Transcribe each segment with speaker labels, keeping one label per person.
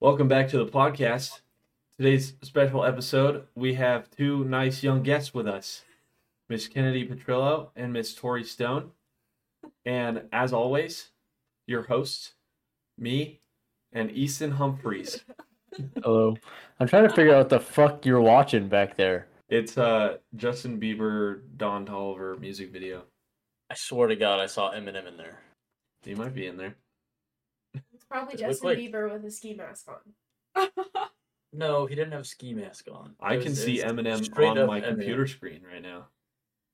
Speaker 1: Welcome back to the podcast. Today's special episode, we have two nice young guests with us, Miss Kennedy Petrillo and Miss Tori Stone. And as always, your hosts, me and Easton Humphreys.
Speaker 2: Hello. I'm trying to figure out what the fuck you're watching back there.
Speaker 1: It's uh Justin Bieber, Don Tolliver music video.
Speaker 2: I swear to God, I saw Eminem in there.
Speaker 1: He might be in there.
Speaker 3: It's probably
Speaker 2: It looked
Speaker 3: Justin
Speaker 2: like-
Speaker 3: Bieber with a ski mask on.
Speaker 2: No, he didn't have a ski mask on.
Speaker 1: I
Speaker 2: It was-
Speaker 1: can
Speaker 2: it
Speaker 1: see
Speaker 2: was
Speaker 1: Eminem
Speaker 2: straight
Speaker 1: on
Speaker 2: up
Speaker 1: my
Speaker 2: Eminem.
Speaker 1: computer screen right now.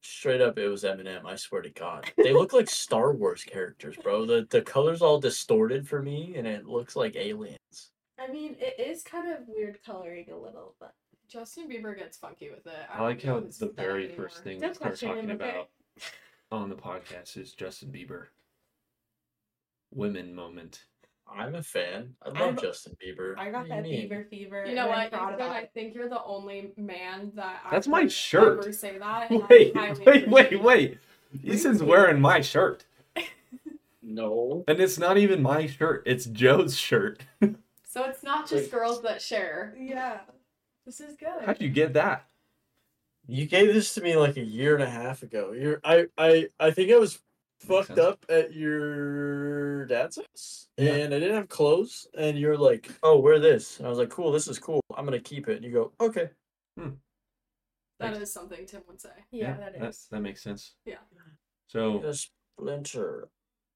Speaker 2: Straight up, it was Eminem. I swear to God, they look like Star Wars characters, bro. The the colors all distorted for me, and it looks like aliens.
Speaker 3: I mean, it is kind of weird coloring a little, but
Speaker 4: Justin Bieber gets funky with it.
Speaker 1: I like
Speaker 4: don't
Speaker 1: how
Speaker 4: know his
Speaker 1: the
Speaker 4: style
Speaker 1: very
Speaker 4: anymore.
Speaker 1: first thing we
Speaker 3: Don't
Speaker 1: start
Speaker 3: question
Speaker 1: talking
Speaker 3: him, okay?
Speaker 1: about on the podcast is Justin Bieber. Women moment.
Speaker 2: I'm a fan. I love
Speaker 3: I'm-
Speaker 2: Justin Bieber.
Speaker 3: I
Speaker 2: What
Speaker 3: got
Speaker 2: do you
Speaker 3: that
Speaker 2: mean?
Speaker 3: Bieber fever.
Speaker 4: You know
Speaker 3: and I'm
Speaker 4: what?
Speaker 3: proud
Speaker 4: Ethan,
Speaker 3: about
Speaker 4: I
Speaker 3: it.
Speaker 4: think you're the only man that I
Speaker 1: That's my
Speaker 4: would
Speaker 1: shirt.
Speaker 4: ever say that. and I
Speaker 1: Wait,
Speaker 4: highly
Speaker 1: wait,
Speaker 4: appreciate
Speaker 1: wait,
Speaker 4: it.
Speaker 1: wait. Ethan's wearing my shirt.
Speaker 2: No,
Speaker 1: And it's not even my shirt, it's Joe's shirt.
Speaker 4: So it's not just girls that share.
Speaker 3: Yeah, this is good.
Speaker 1: How'd you get that?
Speaker 2: you gave this to me like a year and a half ago. You're I I I think I was fucked
Speaker 1: sense.
Speaker 2: up at your dad's house
Speaker 1: Yeah.
Speaker 2: and I didn't have clothes and you're like, "Oh, wear this." And I was like, "Cool, this is cool. I'm going to keep it." And you go, "Okay."
Speaker 4: That
Speaker 1: Thanks.
Speaker 4: is something Tim would say.
Speaker 3: Yeah, that
Speaker 1: That,
Speaker 3: is.
Speaker 1: that makes sense.
Speaker 4: Yeah.
Speaker 1: So
Speaker 2: A splinter.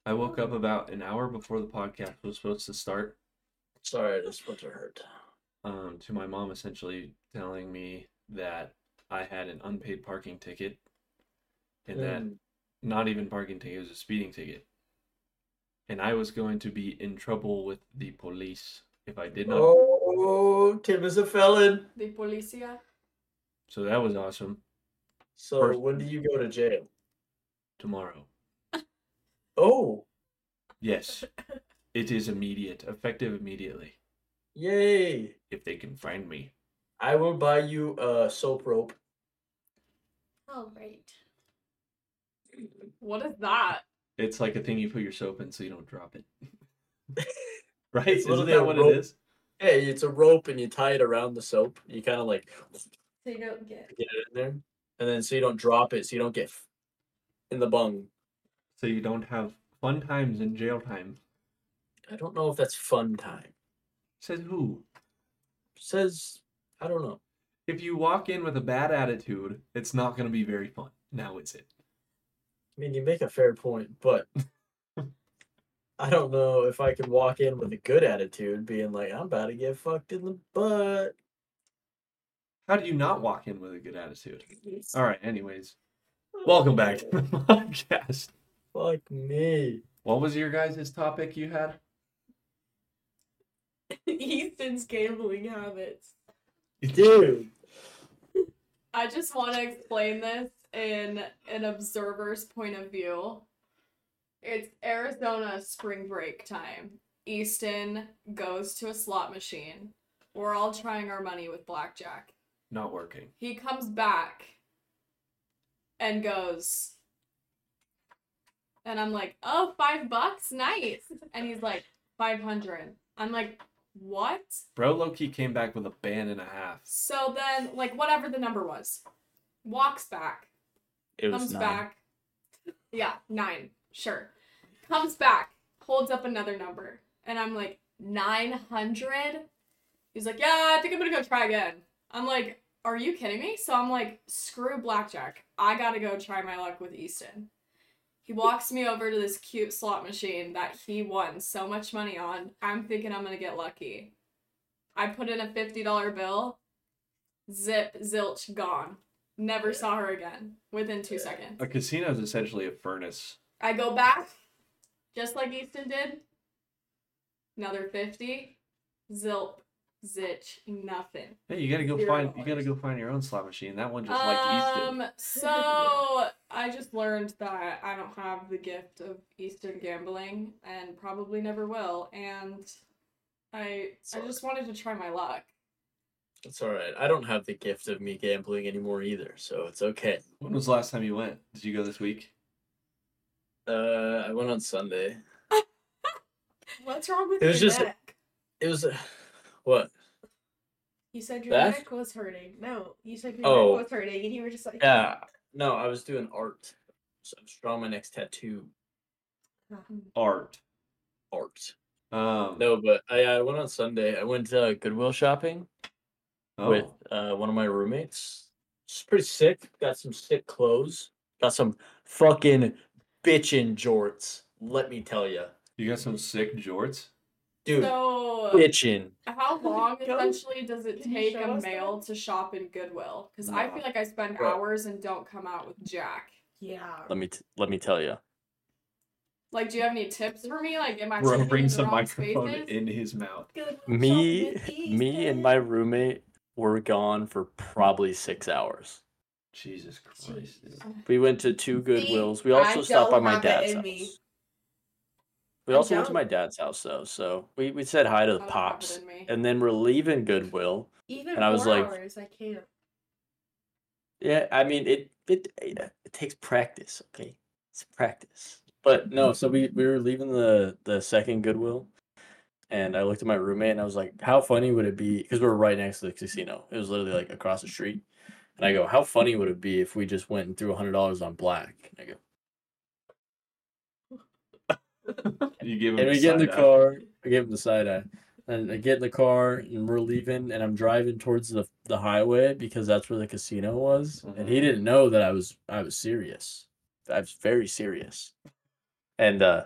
Speaker 1: I woke up about an hour before the podcast was supposed to start.
Speaker 2: Sorry, the splinter hurt.
Speaker 1: um, to my mom essentially telling me that I had an unpaid parking ticket and that
Speaker 2: Mm.
Speaker 1: not even parking ticket, it was a speeding ticket. And I was going to be in trouble with the police if I did not.
Speaker 2: Oh, Tim is a felon.
Speaker 4: The policia.
Speaker 1: So that was awesome.
Speaker 2: So,
Speaker 1: First-
Speaker 2: when do you go to jail?
Speaker 1: Tomorrow.
Speaker 2: Oh,
Speaker 1: Yes. It is immediate, effective immediately,
Speaker 2: yay.
Speaker 1: if they can find me.
Speaker 2: I will buy you a soap rope.
Speaker 3: All right.
Speaker 4: What is that?
Speaker 1: It's like a thing you put your soap in so you don't drop it. right?
Speaker 2: It's
Speaker 1: Isn't
Speaker 2: literally
Speaker 1: that
Speaker 2: a
Speaker 1: what
Speaker 2: rope.
Speaker 1: it is?
Speaker 2: Hey, it's a rope and you tie it around the soap. You kind of like
Speaker 3: So you don't get.
Speaker 2: get it in there, and then so you don't drop it, so you don't get f- in the bung.
Speaker 1: So you don't have fun times and jail time.
Speaker 2: I don't know if that's fun time.
Speaker 1: Says who?
Speaker 2: Says I don't know.
Speaker 1: if you walk in with a bad attitude, it's not going to be very fun. Now is it?
Speaker 2: I mean, you make a fair point, but I don't know if I could walk in with a good attitude, being like, I'm about to get fucked in the butt.
Speaker 1: How do you not walk in with a good attitude? All right. Anyways, welcome back to the podcast.
Speaker 2: Oh, Fuck me.
Speaker 1: What was your guys' topic you had?
Speaker 3: Ethan's gambling habits.
Speaker 2: Dude.
Speaker 4: I just want to explain this in an observer's point of view. It's Arizona spring break time. Easton goes to a slot machine. We're all trying our money with blackjack.
Speaker 1: Not working.
Speaker 4: He comes back and goes, and I'm like, oh, five bucks? Nice. And he's like, 500. I'm like, what?
Speaker 1: Bro Loki came back with a band and a half.
Speaker 4: So then, like, whatever the number was, walks back.
Speaker 2: It
Speaker 4: comes back. Yeah, nine. Sure. Comes back, holds up another number. And I'm like, 900? He's like, yeah, I think I'm gonna go try again. I'm like, are you kidding me? So I'm like, screw blackjack. I gotta go try my luck with Easton. He walks me over to this cute slot machine that he won so much money on. I'm thinking I'm gonna get lucky. I put in a $50 bill. Zip, zilch, gone. Never
Speaker 2: Yeah.
Speaker 4: saw her again within two
Speaker 2: Yeah.
Speaker 4: seconds.
Speaker 1: A casino is essentially a furnace.
Speaker 4: I go back, just like Easton did. Another 50. Zilp, zitch, nothing.
Speaker 1: Hey, you gotta go
Speaker 4: Zero
Speaker 1: find. You gotta
Speaker 4: dollars.
Speaker 1: go find your own slot machine. That one just like Easton.
Speaker 4: Um, so I just learned that I don't have the gift of Easton gambling and probably never will. And I I
Speaker 2: Sorry.
Speaker 4: just wanted to try my luck.
Speaker 2: It's all right. I don't have the gift of me gambling anymore either, so it's okay.
Speaker 1: When was the last time you went? Did you go this week?
Speaker 2: Uh, I went on Sunday.
Speaker 4: What's wrong with
Speaker 2: It was
Speaker 4: your
Speaker 2: just-
Speaker 4: neck?
Speaker 2: It was. What?
Speaker 3: You said your
Speaker 2: Beth?
Speaker 3: neck was hurting. No, you said your
Speaker 2: Oh.
Speaker 3: neck was hurting, and you were just like,
Speaker 2: Yeah. No, I was doing art. So I was drawing my next tattoo
Speaker 1: Art.
Speaker 2: art.
Speaker 1: Um,
Speaker 2: No, but I, I went on Sunday. I went uh, Goodwill shopping
Speaker 1: oh,
Speaker 2: with uh, one of my roommates. It's pretty sick. Got some sick clothes. Got some fucking bitchin' jorts. Let me tell you,
Speaker 1: you got some sick jorts.
Speaker 2: dude,
Speaker 4: So
Speaker 2: bitchin'.
Speaker 4: How long
Speaker 3: Go.
Speaker 4: essentially does it
Speaker 3: Can you
Speaker 4: take
Speaker 3: show
Speaker 4: a
Speaker 3: us
Speaker 4: male to shop in Goodwill? Because I
Speaker 1: No.
Speaker 4: feel like I spend
Speaker 2: Bro.
Speaker 4: hours and don't come out with Jack.
Speaker 3: yeah.
Speaker 2: Let me t- let me tell you.
Speaker 4: Like, do you have any tips for me? Like, am I
Speaker 1: Bro
Speaker 4: stepping
Speaker 1: brings
Speaker 4: into
Speaker 1: the
Speaker 4: wrong
Speaker 1: microphone
Speaker 4: spaces?
Speaker 1: in his mouth.
Speaker 2: Me, me, and my roommate were gone for probably six hours.
Speaker 1: Jesus Christ. dude.
Speaker 2: We went to two
Speaker 3: See,
Speaker 2: Goodwills. We also
Speaker 3: I
Speaker 2: stopped by
Speaker 3: don't
Speaker 2: my
Speaker 3: have it
Speaker 2: dad's
Speaker 3: in
Speaker 2: house.
Speaker 3: me.
Speaker 2: We
Speaker 3: I
Speaker 2: also went to
Speaker 3: don't.
Speaker 2: my dad's house though, so we, we said hi to
Speaker 4: I
Speaker 2: the
Speaker 4: don't have it
Speaker 2: pops,
Speaker 4: in me.
Speaker 2: and then we're leaving Goodwill.
Speaker 3: Even
Speaker 2: And I was
Speaker 3: four
Speaker 2: like-
Speaker 3: hours, I can't.
Speaker 2: Yeah, I mean it it it, it takes practice, okay? It's practice. But no, so we, we were leaving the the second Goodwill and I looked at my roommate and I was like, how funny would it be because we were right next to the casino. It was literally like across the street. And I go, how funny would it be if we just went and threw hundred dollars on black? And I go,
Speaker 1: You give him
Speaker 2: and
Speaker 1: the
Speaker 2: we get in the
Speaker 1: side eye.
Speaker 2: car. I gave him the side eye, and I get in the car, and we're leaving, and I'm driving towards the the highway because that's where the casino was, and he
Speaker 1: Mhm.
Speaker 2: didn't know that I was I was serious. I was very serious, and uh,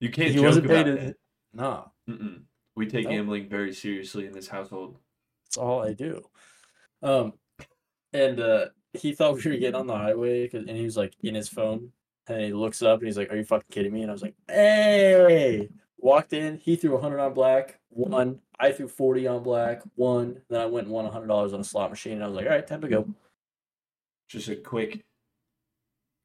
Speaker 1: You can't
Speaker 2: he
Speaker 1: joke
Speaker 2: wasn't
Speaker 1: about
Speaker 2: paying.
Speaker 1: that.
Speaker 2: it. No,
Speaker 1: Mm-mm. We take
Speaker 2: No.
Speaker 1: gambling very seriously in this household.
Speaker 2: That's all I do. Um, and uh, he thought we were getting on the highway, 'cause- and he was like in his phone, and he looks up and he's like, "Are you fucking kidding me?" And I was like, "Hey!" Walked in, he threw hundred on black, one. I threw forty on black, one. Then I went and won hundred dollars on a slot machine, and I was like, "All right, time to go."
Speaker 1: Just a quick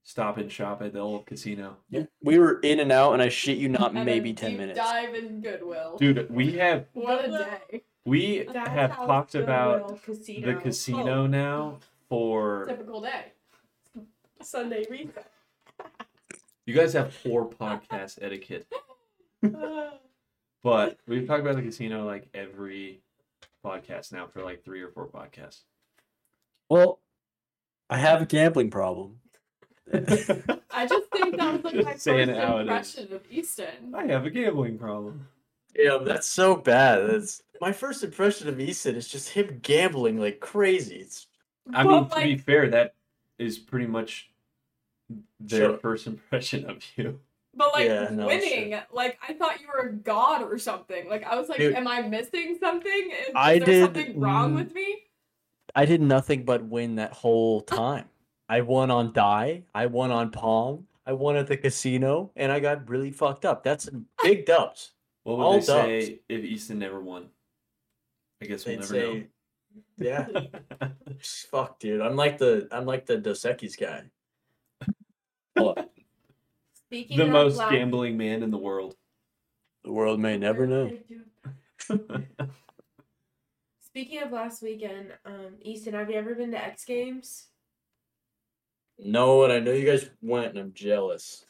Speaker 1: stop and shop at the old casino.
Speaker 2: Yeah. We were in and out, and I shit you not,
Speaker 4: And a
Speaker 2: maybe ten
Speaker 4: deep
Speaker 2: minutes.
Speaker 4: Dive in Goodwill.
Speaker 1: Dude, we have
Speaker 4: What a
Speaker 3: Goodwill.
Speaker 4: day.
Speaker 1: we
Speaker 3: That's
Speaker 1: have
Speaker 3: how
Speaker 1: talked
Speaker 3: Goodwill
Speaker 1: about
Speaker 3: casino.
Speaker 1: the
Speaker 2: Oh.
Speaker 1: casino now for
Speaker 4: Typical day.
Speaker 3: Oh, Sunday reset.
Speaker 1: you guys have poor podcast etiquette. But we've talked about the casino like every podcast now for like three or four podcasts.
Speaker 2: Well, I have a gambling problem.
Speaker 4: I just think that was like my
Speaker 1: Just
Speaker 4: first
Speaker 1: saying how it is.
Speaker 4: impression of Easton.
Speaker 1: I have a gambling problem.
Speaker 2: Yeah, that's so bad. That's my first impression of Eason is just him gambling like crazy. It's
Speaker 1: I
Speaker 4: But,
Speaker 1: mean, to
Speaker 4: like,
Speaker 1: be fair, that is pretty much their
Speaker 2: Sure.
Speaker 1: first impression of you.
Speaker 4: But like
Speaker 2: Yeah, no, it's
Speaker 4: winning, like I thought you were a god or something. Like I was like,
Speaker 2: Dude.
Speaker 4: am I missing something? Is,
Speaker 2: I
Speaker 4: is there
Speaker 2: did-
Speaker 4: something wrong
Speaker 2: mm.
Speaker 4: with me?
Speaker 2: I did nothing but win that whole time. I won on die, I won on Pong, I won at the casino, and I got really fucked up. That's big dubs.
Speaker 1: What would
Speaker 2: All
Speaker 1: they say if Easton never won? I guess we'll
Speaker 2: They'd
Speaker 1: never
Speaker 2: say, "Yeah,
Speaker 1: know.
Speaker 2: fuck, dude. I'm like the I'm like the Dos Equis guy." Look,
Speaker 3: Speaking
Speaker 1: the
Speaker 3: of
Speaker 1: most
Speaker 3: black-
Speaker 1: gambling man in the world.
Speaker 2: the world may never know.
Speaker 3: Speaking of last weekend, um, Easton, have you ever been to X Games?
Speaker 2: No, and I know you guys went, and I'm jealous.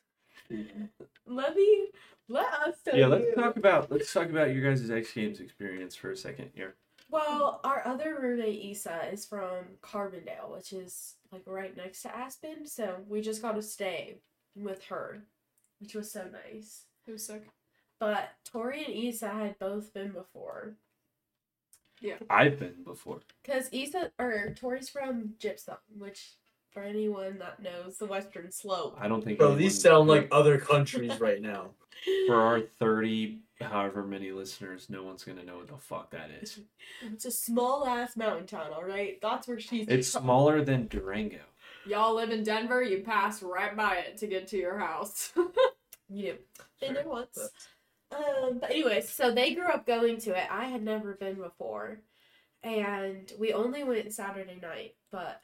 Speaker 3: Let me let us tell
Speaker 1: yeah, let's
Speaker 3: you.
Speaker 1: talk about let's talk about your guys' X Games experience for a second here.
Speaker 3: Well, our other roommate Isa is from Carbondale, which is like right next to Aspen, so we just got to stay with her, which was so nice.
Speaker 4: It was sick.
Speaker 3: But Tori and Isa had both been before,
Speaker 1: I've been before.
Speaker 3: cause Isa or Tori's from Gypsum, which for anyone that knows the Western Slope.
Speaker 1: I don't think
Speaker 2: Bro,
Speaker 1: anyone-
Speaker 2: these sound like other countries right now.
Speaker 1: for our thirty however many listeners, no one's gonna know what the fuck that is.
Speaker 3: It's a small ass mountain town, all right. That's where she's.
Speaker 1: It's
Speaker 3: from.
Speaker 1: smaller than Durango.
Speaker 4: Y'all live in Denver, you pass right by it to get to your house.
Speaker 3: You do. Been there once.
Speaker 2: That's-
Speaker 3: Um, but anyway, so they grew up going to it. I had never been before, and we only went Saturday night, but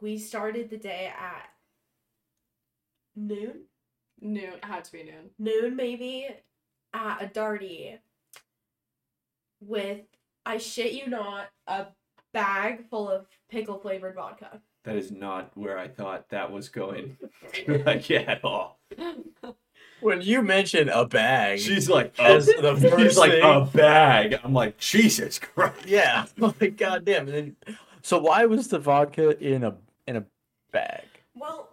Speaker 3: we started the day at noon,
Speaker 4: noon it had to be noon.
Speaker 3: noon maybe, at a darty with I shit you not a bag full of pickle flavored vodka.
Speaker 1: that is not where I thought that was going. like yeah, at all.
Speaker 2: When you mention a bag,
Speaker 1: She's like
Speaker 2: as
Speaker 1: a,
Speaker 2: the
Speaker 1: she's
Speaker 2: first
Speaker 1: like
Speaker 2: thing,
Speaker 1: a bag. I'm like Jesus Christ.
Speaker 2: yeah, like goddamn. And then, so why was the vodka in a in a bag?
Speaker 3: Well,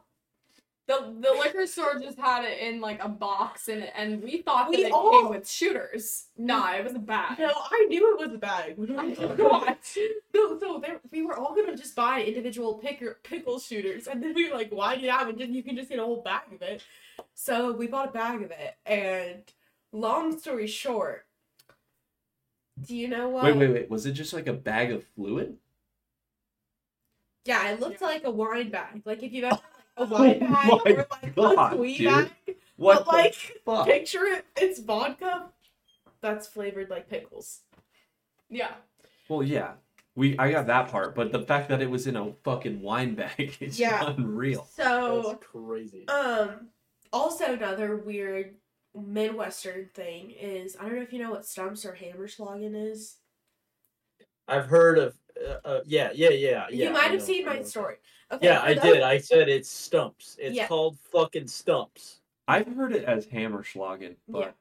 Speaker 4: The the liquor store just had it in like a box and and we thought
Speaker 3: We
Speaker 4: that it
Speaker 3: all-
Speaker 4: came with shooters. Nah, it was a bag.
Speaker 3: no, I knew it was a bag.
Speaker 4: I forgot.
Speaker 3: No, no, there, we were all gonna just buy individual picker, pickle shooters, and then we were like, why do you have it? Just- You can just get a whole bag of it. So we bought a bag of it, and long story short, do you know what?
Speaker 1: Wait, wait, wait. Was it just like a bag of fluid?
Speaker 3: Yeah, it looked like a wine bag. Like if you've ever a
Speaker 1: Oh
Speaker 3: wine bag
Speaker 1: my
Speaker 3: or like
Speaker 1: God,
Speaker 3: a sweet
Speaker 1: dude.
Speaker 3: bag,
Speaker 1: What
Speaker 3: but like
Speaker 1: the fuck?
Speaker 3: picture it, it's vodka that's flavored like pickles.
Speaker 4: Yeah.
Speaker 1: Well, yeah, we I got that part, but the fact that it was in a fucking wine bag is
Speaker 3: Yeah.
Speaker 1: unreal.
Speaker 3: So,
Speaker 2: crazy.
Speaker 3: um, also another weird Midwestern thing is I don't know if you know what Stumps or Hammerschlagen is.
Speaker 2: I've heard of. Uh, uh, yeah, yeah, yeah, yeah.
Speaker 3: you
Speaker 2: I
Speaker 3: might have
Speaker 2: know,
Speaker 3: seen
Speaker 2: I
Speaker 3: my
Speaker 2: know.
Speaker 3: story. Okay,
Speaker 2: Yeah,
Speaker 3: for
Speaker 2: I
Speaker 3: those-
Speaker 2: did. I said it's stumps. It's
Speaker 3: Yeah.
Speaker 2: called fucking stumps.
Speaker 1: I've heard it as Hammerschlagen, but
Speaker 3: Yeah.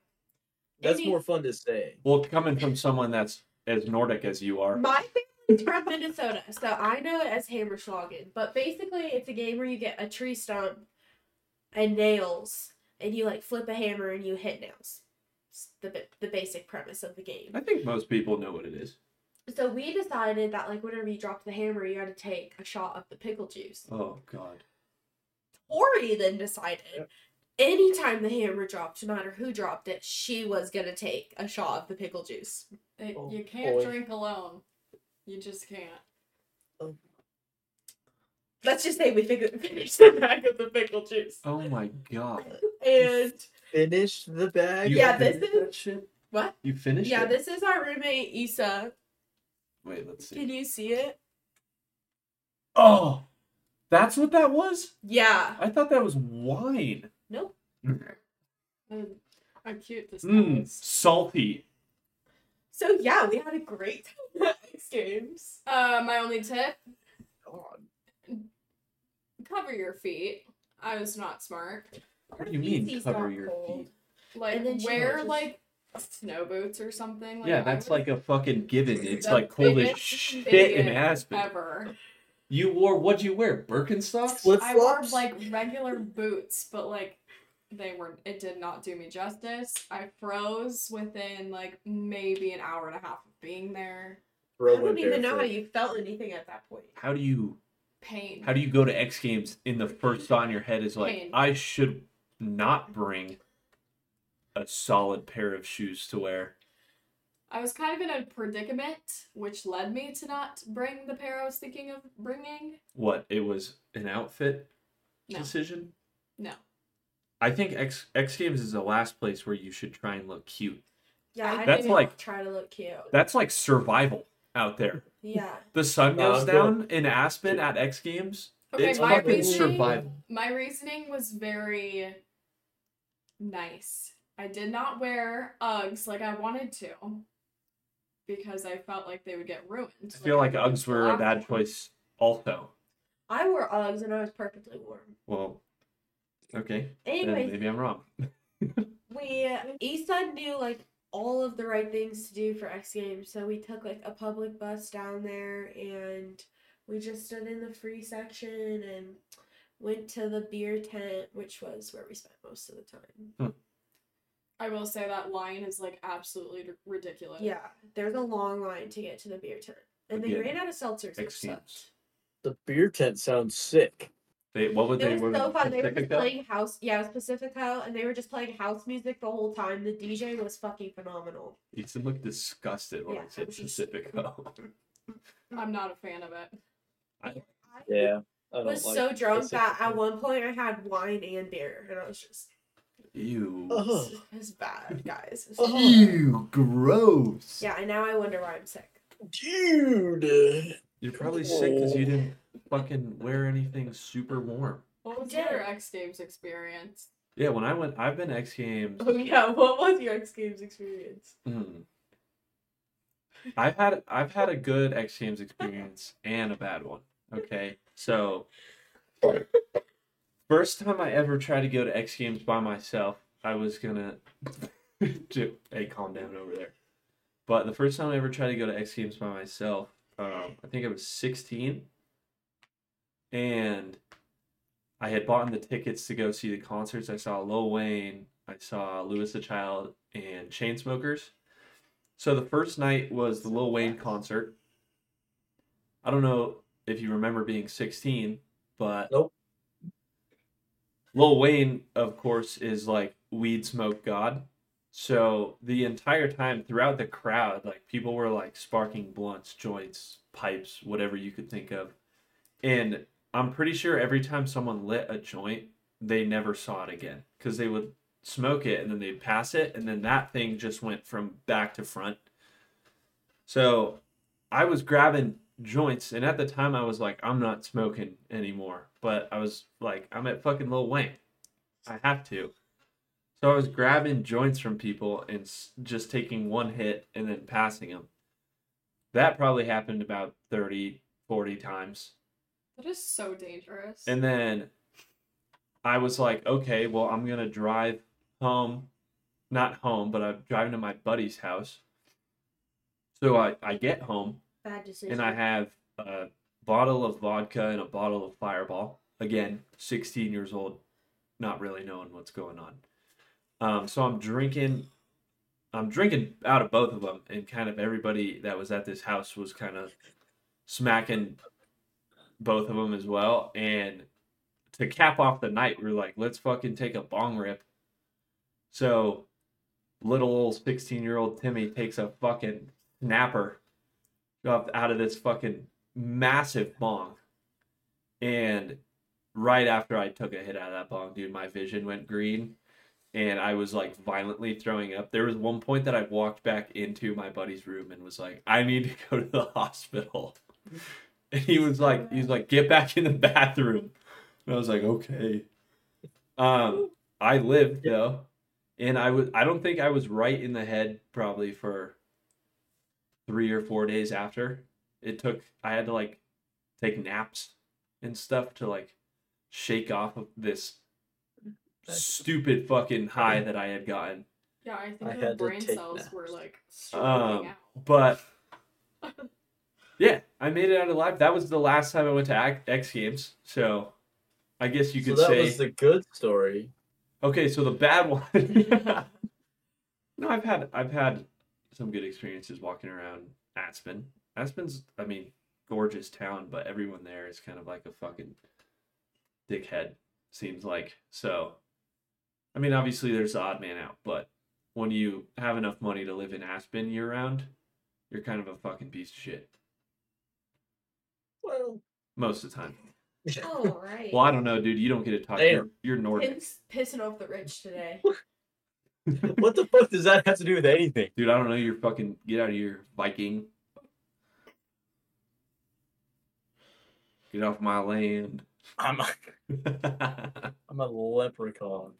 Speaker 2: That's
Speaker 3: Any-
Speaker 2: more fun to say.
Speaker 1: well, coming from someone that's as Nordic as you are,
Speaker 3: My family's from Minnesota, so I know it as Hammerschlagen. But basically, it's a game where you get a tree stump and nails, and you like flip a hammer and you hit nails. It's the ba- the basic premise of the game.
Speaker 1: I think most people know what it is.
Speaker 3: So we decided that like whenever you dropped the hammer, you had to take a shot of the pickle juice.
Speaker 1: Oh God,
Speaker 3: Ori then decided. Anytime the hammer dropped, no matter who dropped it, she was gonna take a shot of the pickle juice.
Speaker 4: It,
Speaker 2: Oh,
Speaker 4: you can't
Speaker 2: boy.
Speaker 4: drink alone. You just can't.
Speaker 3: Let's just say we figured, finished the bag of the pickle juice.
Speaker 1: oh my God,
Speaker 3: And
Speaker 2: Finish the bag.
Speaker 1: You
Speaker 3: Uh, Yeah, this
Speaker 1: finished
Speaker 3: is-
Speaker 1: that shit?
Speaker 3: what?
Speaker 1: You finished
Speaker 3: Yeah,
Speaker 1: it?
Speaker 3: this is our roommate Issa.
Speaker 1: Wait, let's see.
Speaker 3: Can you see it?
Speaker 1: Oh, that's what that was.
Speaker 3: Yeah.
Speaker 1: I thought that was wine.
Speaker 3: Nope.
Speaker 4: Mm, How cute this guy
Speaker 1: Mmm,
Speaker 4: is.
Speaker 1: salty.
Speaker 3: So yeah, we had a great time at X Games.
Speaker 4: Uh, my only tip:
Speaker 2: God.
Speaker 4: cover your feet. I was not smart.
Speaker 1: What do you mean
Speaker 3: Easy's
Speaker 1: cover
Speaker 3: got
Speaker 1: your
Speaker 3: cold.
Speaker 1: feet?
Speaker 4: Like
Speaker 3: And then she
Speaker 4: wear
Speaker 3: just-
Speaker 4: like snow boots or something. Like,
Speaker 1: yeah,
Speaker 4: I
Speaker 1: that's
Speaker 4: was
Speaker 1: like a fucking given. It's
Speaker 4: the
Speaker 1: like cold as
Speaker 4: biggest
Speaker 1: shit in
Speaker 4: idiot
Speaker 1: Aspen.
Speaker 4: Ever.
Speaker 1: You wore what'd you wear? Birkenstocks?
Speaker 2: Flip
Speaker 4: I wore
Speaker 2: flops.
Speaker 4: like regular boots, but like they were it did not do me justice. I froze within like maybe an hour and a half of being there.
Speaker 2: Bro
Speaker 3: I
Speaker 2: went
Speaker 3: don't even know how
Speaker 2: barefoot.
Speaker 3: you felt anything at that point.
Speaker 1: How do you
Speaker 4: Pain.
Speaker 1: how do you go to X Games in the first thought in your head is like
Speaker 4: Pain.
Speaker 1: I should not bring a solid pair of shoes to wear.
Speaker 4: I was kind of in a predicament, which led me to not bring the pair I was thinking of bringing.
Speaker 1: What? It was an outfit
Speaker 4: No.
Speaker 1: decision?
Speaker 4: No.
Speaker 1: I think X X Games is the last place where you should try and look cute.
Speaker 3: Yeah, I
Speaker 1: That's
Speaker 3: didn't
Speaker 1: like-
Speaker 3: try to look cute.
Speaker 1: That's like survival out there.
Speaker 3: Yeah.
Speaker 1: The sun
Speaker 2: No,
Speaker 1: goes
Speaker 2: I'm good.
Speaker 1: down in Aspen at X Games.
Speaker 4: Okay,
Speaker 1: it's
Speaker 4: my
Speaker 1: fucking
Speaker 4: reasoning
Speaker 1: survival.
Speaker 4: my reasoning was very nice. I did not wear Uggs like I wanted to because I felt like they would get ruined.
Speaker 1: I feel like
Speaker 4: did
Speaker 1: Uggs
Speaker 4: the
Speaker 1: were a
Speaker 4: last
Speaker 1: bad
Speaker 4: one.
Speaker 1: choice also.
Speaker 3: I wore Uggs and I was perfectly warm.
Speaker 1: Well, okay. then
Speaker 3: Anyways,
Speaker 1: maybe I'm wrong.
Speaker 3: we Issa knew like all of the right things to do for X Games, so we took like a public bus down there and we just stood in the free section and went to the beer tent, which was where we spent most of the time.
Speaker 4: I will say that line is like absolutely r- ridiculous.
Speaker 3: Yeah, there's a long line to get to the beer tent, and they
Speaker 1: Again,
Speaker 3: ran out of seltzers. and
Speaker 1: X
Speaker 3: stuff.
Speaker 1: Games.
Speaker 2: The beer tent sounds sick.
Speaker 1: They what would
Speaker 3: It
Speaker 1: they
Speaker 3: was
Speaker 1: were
Speaker 3: so fun. They were just
Speaker 1: Pacifica?
Speaker 3: playing house, yeah, it was Pacifico, and they were just playing house music the whole time. The DJ was fucking phenomenal.
Speaker 1: Ethan looked disgusted when
Speaker 3: Yeah,
Speaker 1: I said
Speaker 3: it was just-
Speaker 1: Pacifico.
Speaker 4: I'm not a fan of it.
Speaker 3: I
Speaker 2: Yeah. I don't
Speaker 3: was
Speaker 2: like
Speaker 3: so drunk that at
Speaker 2: Pacifica.
Speaker 3: one point I had wine and beer, and I was just
Speaker 1: Ew.
Speaker 2: Ugh.
Speaker 3: this is bad, guys. This is
Speaker 2: Ugh.
Speaker 3: bad.
Speaker 1: Ew, gross.
Speaker 3: Yeah, and now I wonder why I'm sick.
Speaker 2: Dude.
Speaker 1: You're probably sick because you didn't fucking wear anything super warm.
Speaker 4: What was
Speaker 3: Yeah.
Speaker 4: your X Games experience?
Speaker 1: Yeah, when I went, I've been X Games.
Speaker 3: Oh yeah, what was your X Games experience?
Speaker 1: Mm. I've had I've had a good X Games experience and a bad one. Okay, So, first time I ever tried to go to X Games by myself, I was gonna do. Hey, calm down over there. But the first time I ever tried to go to X Games by myself, um, I think I was 16, and I had bought the tickets to go see the concerts. I saw Lil Wayne, I saw Lewis the Child, and Chainsmokers. So the first night was the Lil Wayne concert. I don't know if you remember being 16, but
Speaker 2: Nope.
Speaker 1: Lil Wayne, of course, is like weed smoke god. So the entire time throughout the crowd, like people were like sparking blunts, joints, pipes, whatever you could think of. And I'm pretty sure every time someone lit a joint, they never saw it again because they would smoke it and then they'd pass it. And then that thing just went from back to front. So I was grabbing joints. And at the time, I was like, I'm not smoking anymore. But I was like, I'm at fucking Lil Wayne. I have to. So I was grabbing joints from people and s- just taking one hit and then passing them. That probably happened about 30, 40 times.
Speaker 4: That is so dangerous.
Speaker 1: And then I was like, okay, well, I'm going to drive home. Not home, but I'm driving to my buddy's house. So I, I get home
Speaker 3: Bad decision.
Speaker 1: and I have a bottle of vodka and a bottle of Fireball. Again, 16 years old, not really knowing what's going on. Um, so I'm drinking, I'm drinking out of both of them, and kind of everybody that was at this house was kind of smacking both of them as well. And to cap off the night, we were like, let's fucking take a bong rip. So little old 16 year old Timmy takes a fucking snapper up out of this fucking massive bong. And right after I took a hit out of that bong, dude, my vision went green and I was like violently throwing up. There was one point that I walked back into my buddy's room and was like, I need to go to the hospital. And he was like, he's like, get back in the bathroom. And I was like, okay. Um, I lived though, and I was I don't think I was right in the head probably for three or four days after. It took I had to like take naps and stuff to like shake off of this stupid fucking high that I had gotten.
Speaker 4: yeah, I think
Speaker 2: I
Speaker 4: the
Speaker 2: had to
Speaker 4: brain
Speaker 2: take
Speaker 4: cells
Speaker 2: naps.
Speaker 4: were like
Speaker 1: Um,
Speaker 4: struggling out.
Speaker 1: but yeah, I made it out alive. That was the last time I went to Ac- X Games, so I guess you
Speaker 2: so
Speaker 1: could
Speaker 2: that
Speaker 1: say
Speaker 2: was the good story.
Speaker 1: Okay, so the bad one. No, I've had I've had some good experiences walking around Aspen. Aspen's, I mean, gorgeous town, but everyone there is kind of like a fucking dickhead. Seems like so. I mean, obviously there's the odd man out, but when you have enough money to live in Aspen year round, you're kind of a fucking piece of shit
Speaker 2: Well,
Speaker 1: most of the time.
Speaker 3: oh, right.
Speaker 1: Well, I don't know, dude. You don't get to talk. You're, you're Nordic,
Speaker 3: Tim's pissing off the rich today.
Speaker 2: what the fuck does that have to do with anything?
Speaker 1: dude. I don't know. You're fucking get out of here, Viking. Get off my land.
Speaker 2: I'm a, I'm a leprechaun.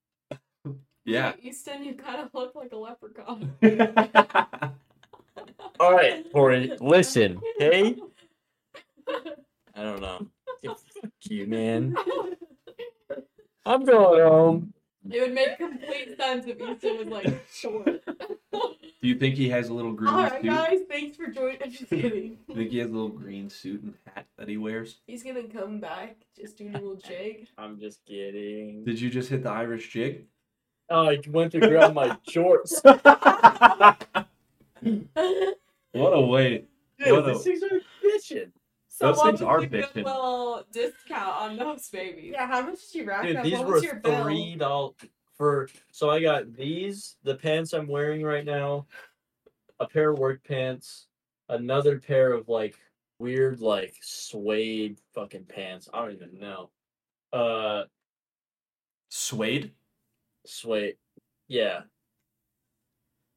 Speaker 1: yeah.
Speaker 4: Easton, you kind of look like a leprechaun.
Speaker 2: All right, Tori, listen, hey. I don't know. Yeah, fuck you, man.
Speaker 4: it
Speaker 2: I'm going home.
Speaker 4: would make complete sense if Easton was like short.
Speaker 1: Do you think he has a little green
Speaker 4: All right,
Speaker 1: suit?
Speaker 4: guys, thanks for joining. I'm just kidding.
Speaker 1: You think he has a little green suit and hat that he wears?
Speaker 3: He's gonna come back, just do a little jig.
Speaker 2: I'm just kidding.
Speaker 1: Did you just hit the Irish jig?
Speaker 2: Oh, I went to grab my shorts.
Speaker 1: What a way!
Speaker 2: Dude,
Speaker 1: What a-
Speaker 2: these things are bitching.
Speaker 4: So
Speaker 1: Those
Speaker 4: what
Speaker 1: things
Speaker 4: was
Speaker 1: are
Speaker 4: the
Speaker 1: bitchin'.
Speaker 4: Goodwill discount on those babies?
Speaker 3: Yeah, how much did you rack
Speaker 2: Dude,
Speaker 3: up?
Speaker 2: these
Speaker 3: what
Speaker 2: were
Speaker 3: was your bill?
Speaker 2: three dollars for. So I got these, the pants I'm wearing right now, a pair of work pants, another pair of like weird like suede fucking pants. I don't even know. Uh,
Speaker 1: Suede?
Speaker 2: suede. Yeah.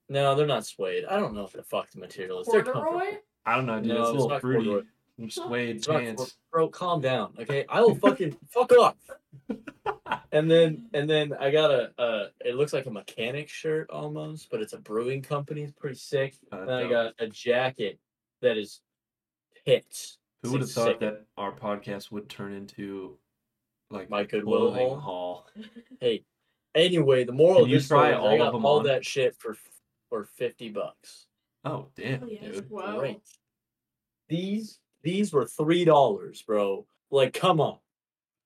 Speaker 2: No, they're not suede. I don't know if the fuck the material is. They're comfortable.
Speaker 4: Corduroy?
Speaker 1: I don't know, dude.
Speaker 2: No,
Speaker 1: it's a
Speaker 2: it's
Speaker 1: little
Speaker 2: not
Speaker 1: fruity.
Speaker 2: corduroy.
Speaker 1: Some suede
Speaker 2: It's not cor-
Speaker 1: pants.
Speaker 2: Bro, calm down, okay? I will fucking fuck off. And then and then I got a uh it looks like a mechanic shirt almost, but it's a brewing company, it's pretty sick.
Speaker 1: Uh,
Speaker 2: And then I
Speaker 1: dope.
Speaker 2: got a jacket that is pits.
Speaker 1: Who would have
Speaker 2: Six-
Speaker 1: thought
Speaker 2: six.
Speaker 1: that our podcast would turn into like
Speaker 2: My
Speaker 1: a
Speaker 2: Goodwill
Speaker 1: clothing
Speaker 2: haul?
Speaker 1: haul?
Speaker 2: Hey, anyway, the moral
Speaker 1: Can
Speaker 2: of
Speaker 1: you
Speaker 2: this
Speaker 1: try
Speaker 2: story is
Speaker 1: all
Speaker 2: I
Speaker 1: of
Speaker 2: got
Speaker 1: them
Speaker 2: all
Speaker 1: on?
Speaker 2: that shit for f- for fifty bucks.
Speaker 1: Oh damn,
Speaker 3: Oh, yes.
Speaker 1: dude!
Speaker 4: Whoa.
Speaker 2: Great. These these were three dollars, bro. Like, come on.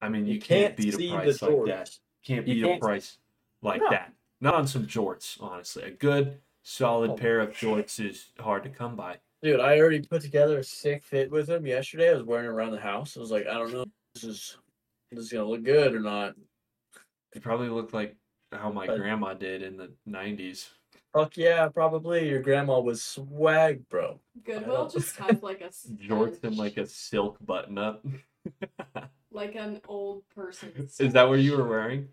Speaker 1: I mean, you, can't, beat a
Speaker 2: see
Speaker 1: price like
Speaker 2: George.
Speaker 1: that. Can't
Speaker 2: You
Speaker 1: beat a
Speaker 2: can't-
Speaker 1: price like
Speaker 2: No.
Speaker 1: that. Not on some jorts, honestly. A good, solid
Speaker 2: Oh.
Speaker 1: pair of jorts is hard to come by.
Speaker 2: Dude, I already put together a sick fit with him yesterday. I was wearing it around the house. I was like, I don't know if this is this is gonna look good or not.
Speaker 1: It probably looked like how my
Speaker 2: But-
Speaker 1: grandma did in the '90s.
Speaker 2: Fuck yeah, probably. Your grandma was swag, bro. I
Speaker 4: Goodwill
Speaker 2: don't-
Speaker 4: just has like a s-
Speaker 1: Jorts and like a silk button up.
Speaker 4: like an old person.
Speaker 1: is that what you were wearing?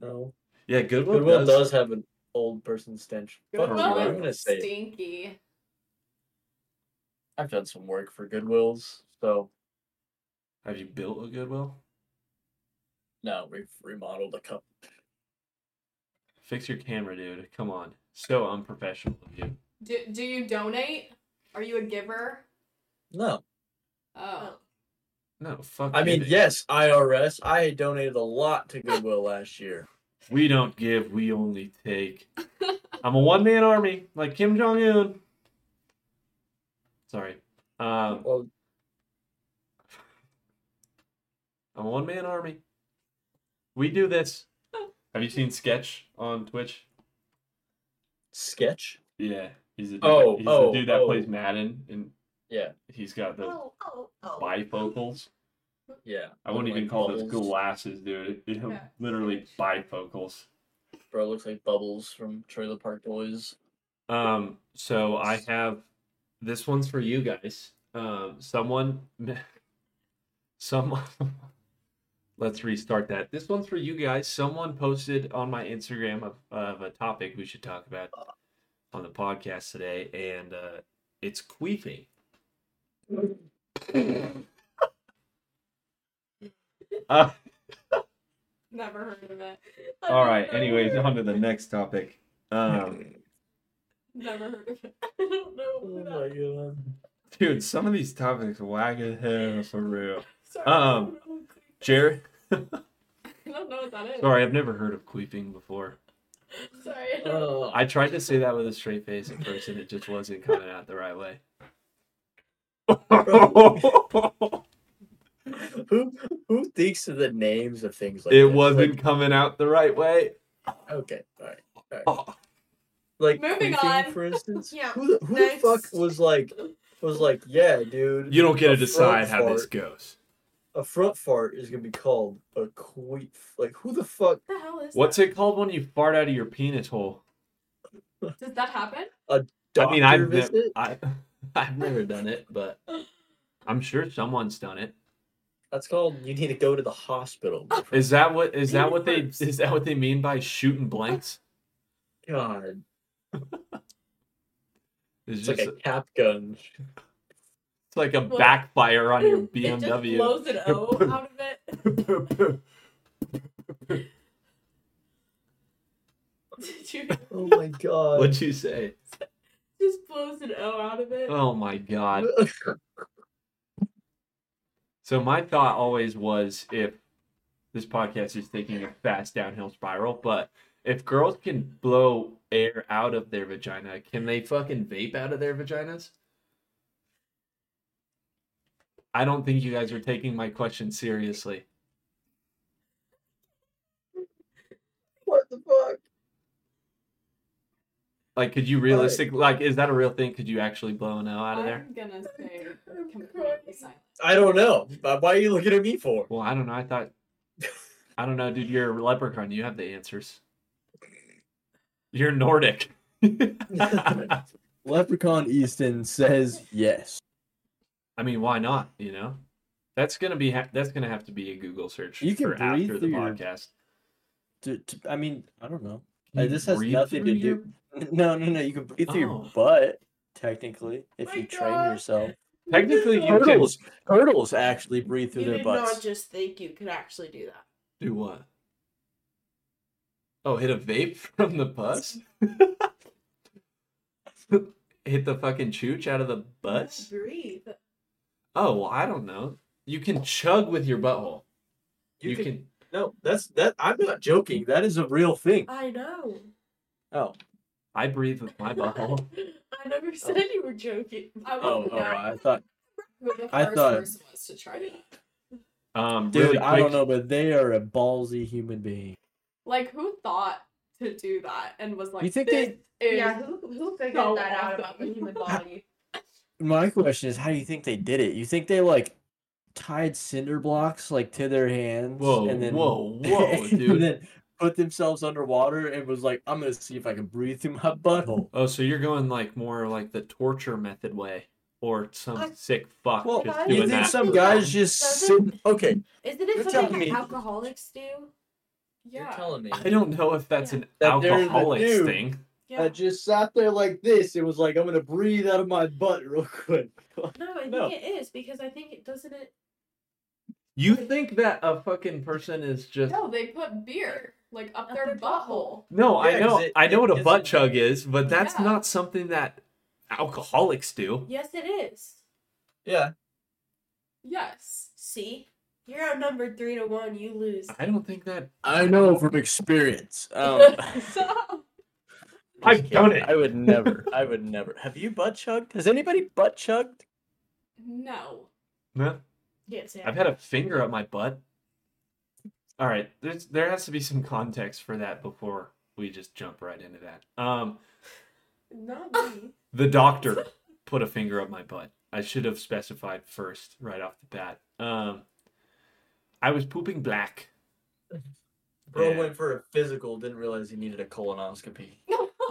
Speaker 2: No.
Speaker 1: Yeah, Goodwill,
Speaker 2: Goodwill
Speaker 1: does.
Speaker 2: does. have an old person stench. Fuck you,
Speaker 1: Goodwill
Speaker 2: I'm
Speaker 1: is
Speaker 2: gonna say it.
Speaker 4: stinky.
Speaker 2: I've done some work for Goodwills, so
Speaker 1: Have you built a Goodwill?
Speaker 2: no, we've remodeled a couple.
Speaker 1: Fix your camera, dude. Come on. So unprofessional of you.
Speaker 4: Do, do you donate? Are you a giver?
Speaker 2: No.
Speaker 4: Oh.
Speaker 1: No, fuck.
Speaker 2: I mean,
Speaker 1: giving.
Speaker 2: yes, IRS. I donated a lot to Goodwill last year.
Speaker 1: We don't give, we only take. I'm a one man army, like Kim Jong un. Sorry. Um,
Speaker 2: Well,
Speaker 1: I'm a one man army. We do this. Have you seen Sketch on Twitch?
Speaker 2: sketch.
Speaker 1: Yeah. He's a dude,
Speaker 2: Oh,
Speaker 1: he's
Speaker 2: oh,
Speaker 1: the dude that
Speaker 2: oh.
Speaker 1: plays Madden and
Speaker 2: Yeah.
Speaker 1: he's got the
Speaker 3: Oh, oh, oh.
Speaker 1: bifocals.
Speaker 2: Yeah.
Speaker 1: I wouldn't
Speaker 2: Like
Speaker 1: even call those
Speaker 2: bubbles.
Speaker 1: glasses, dude. It, it,
Speaker 4: Yeah.
Speaker 1: Literally bifocals.
Speaker 2: Bro looks like bubbles from Trailer Park Boys.
Speaker 1: Um, so I have this one's for you guys. Um, someone, someone, let's restart that. This one's for you guys. Someone posted on my Instagram of, of a topic we should talk about on the podcast today, and uh, it's queefing. uh,
Speaker 4: Never heard of it.
Speaker 1: all right, anyways, on to the next topic. Um,
Speaker 4: Never heard of it. I don't know. who that-
Speaker 2: Oh god.
Speaker 1: dude, some of these topics wag a hair for real.
Speaker 4: Sorry,
Speaker 1: um,
Speaker 4: I don't know what que-
Speaker 1: Jared.
Speaker 4: I don't know what that is.
Speaker 1: Sorry, I've never heard of queefing before.
Speaker 4: Sorry, I don't know.
Speaker 2: Oh,
Speaker 1: I tried to say that with a straight face at first, and it just wasn't coming out the right way.
Speaker 2: who who thinks of the names of things like
Speaker 1: it
Speaker 2: this? Like,
Speaker 1: wasn't coming out the right way.
Speaker 2: okay, all right.
Speaker 1: Oh,
Speaker 2: Like
Speaker 4: Moving
Speaker 2: queefing,
Speaker 4: on.
Speaker 2: for instance.
Speaker 3: Yeah,
Speaker 2: Who the, who the fuck
Speaker 3: next.
Speaker 2: was like was like, yeah, dude.
Speaker 1: you don't get to
Speaker 2: a throat
Speaker 1: decide how this
Speaker 2: fart-
Speaker 1: goes.
Speaker 2: a front fart is gonna be called a queef. Like who the fuck
Speaker 4: What the hell is
Speaker 1: What's
Speaker 4: that?
Speaker 1: it called when you fart out of your penis hole?
Speaker 4: Does that happen?
Speaker 1: I mean, I've never,
Speaker 2: doctor visit?
Speaker 1: I, I've never done it, but I'm sure someone's done it.
Speaker 2: That's called you need to go to the hospital. my friend.
Speaker 1: Is that what is that what they
Speaker 4: Penis
Speaker 1: is that what they mean by shooting blanks?
Speaker 2: God,
Speaker 1: It's,
Speaker 2: it's
Speaker 1: just
Speaker 2: like a cap gun.
Speaker 1: it's like a
Speaker 4: Well,
Speaker 1: backfire on your
Speaker 4: It just
Speaker 1: BMW.
Speaker 4: blows an O out of it. Did you
Speaker 2: Oh my god.
Speaker 1: What'd you say?
Speaker 4: just blows an O out of it?
Speaker 1: Oh my god. So my thought always was if this podcast is taking a fast downhill spiral, but if girls can blow air out of their vagina, can they fucking vape out of their vaginas? I don't think you guys are taking my question seriously.
Speaker 2: what the fuck?
Speaker 1: Like, could you realistic? Like, is that a real thing? Could you actually blow an O out of there?
Speaker 4: I'm gonna say
Speaker 2: I'm
Speaker 4: completely
Speaker 2: crying.
Speaker 4: silent.
Speaker 2: I don't know. Uh, Why are you looking at me for?
Speaker 1: Well, I don't know. I thought, I don't know, dude. You're a leprechaun. You have the answers. You're Nordic. I
Speaker 2: Leprechaun Easton says yes.
Speaker 1: mean, why not? You know, that's gonna be ha- that's gonna have to be a Google search
Speaker 2: You can
Speaker 1: for
Speaker 2: breathe
Speaker 1: after the
Speaker 2: through your-
Speaker 1: podcast.
Speaker 2: To, to, I mean, I don't know.
Speaker 1: Can
Speaker 2: Uh,
Speaker 1: you
Speaker 2: this has
Speaker 1: breathe
Speaker 2: nothing to
Speaker 1: through
Speaker 2: do.
Speaker 1: your-
Speaker 2: No, no, no. You can breathe through
Speaker 1: Oh.
Speaker 2: your butt, technically, if
Speaker 3: My
Speaker 2: you train
Speaker 3: God.
Speaker 2: yourself.
Speaker 1: Technically, you can
Speaker 2: Turtles, turtles actually breathe through
Speaker 3: you
Speaker 2: their
Speaker 3: did
Speaker 2: butts.
Speaker 3: not just think you could actually do that.
Speaker 1: do what? Oh, hit a vape from the bus. hit the fucking chooch out of the bus.
Speaker 3: Breathe.
Speaker 1: Oh well, I don't know. You can chug with your butthole. You, can,
Speaker 2: No, that's that. I'm not joking. That is a real thing.
Speaker 3: I know.
Speaker 2: Oh,
Speaker 1: I breathe with my butthole.
Speaker 3: I never said you were joking.
Speaker 4: I would
Speaker 2: oh, oh! I thought,
Speaker 4: who the first
Speaker 2: I thought-
Speaker 4: person was to try it.
Speaker 1: Um,
Speaker 2: dude,
Speaker 1: really
Speaker 2: I don't
Speaker 1: quick-
Speaker 2: know, but they are a ballsy human being.
Speaker 4: Like, who thought to do that and was like,
Speaker 2: You think
Speaker 4: this is
Speaker 3: Yeah, who who figured
Speaker 4: so
Speaker 3: that out
Speaker 4: awesome.
Speaker 3: about the human body?
Speaker 2: My question is, how do you think they did it? You think they like tied cinder blocks like to their hands?
Speaker 1: Whoa,
Speaker 2: and then,
Speaker 1: whoa, whoa,
Speaker 2: and
Speaker 1: dude.
Speaker 2: then put themselves underwater and was like, I'm gonna see if I can breathe through my butthole.
Speaker 1: Oh, so you're going like more like the torture method way, or some
Speaker 3: I-
Speaker 1: sick fuck
Speaker 2: Well,
Speaker 1: just
Speaker 3: I
Speaker 1: doing
Speaker 2: you think
Speaker 1: that?
Speaker 2: some guys just
Speaker 3: Doesn't-
Speaker 2: sit? Okay,
Speaker 3: Isn't it
Speaker 2: You're telling
Speaker 3: something
Speaker 2: me-
Speaker 3: that alcoholics do?
Speaker 4: yeah.
Speaker 5: You're telling me.
Speaker 1: I don't know if that's an
Speaker 2: That there's a
Speaker 1: alcoholics
Speaker 2: dude.
Speaker 1: thing.
Speaker 4: yeah.
Speaker 2: I just sat there like this. It was like I'm gonna breathe out of my butt real quick.
Speaker 3: No, I think
Speaker 2: No.
Speaker 3: it is because I think it doesn't. It
Speaker 1: You think that a fucking person is just
Speaker 4: No, they put beer like up,
Speaker 3: Up
Speaker 4: their,
Speaker 3: their
Speaker 4: butthole.
Speaker 3: butthole.
Speaker 1: No, I
Speaker 2: Yeah, 'cause
Speaker 1: know
Speaker 2: it-
Speaker 1: I know
Speaker 2: it
Speaker 1: what a
Speaker 2: gives
Speaker 1: butt
Speaker 2: it-
Speaker 1: chug is, but that's
Speaker 4: Yeah.
Speaker 1: not something that alcoholics do.
Speaker 3: yes, it is.
Speaker 2: Yeah.
Speaker 4: Yes.
Speaker 3: See, you're outnumbered three to one. You lose.
Speaker 1: I don't think that
Speaker 2: I know from experience. Um,
Speaker 4: So
Speaker 1: I've done it.
Speaker 2: I would never. I would never. Have you butt chugged? Has anybody butt chugged?
Speaker 4: no.
Speaker 1: No,
Speaker 3: Can't say.
Speaker 1: I've had a finger up my butt. All right, there's there has to be some context for that before we just jump right into that. Um,
Speaker 3: Not me.
Speaker 1: the doctor put a finger up my butt. I should have specified first, right off the bat. Um, I was pooping black.
Speaker 2: Bro
Speaker 1: Yeah.
Speaker 2: went for a physical. Didn't realize he needed a colonoscopy.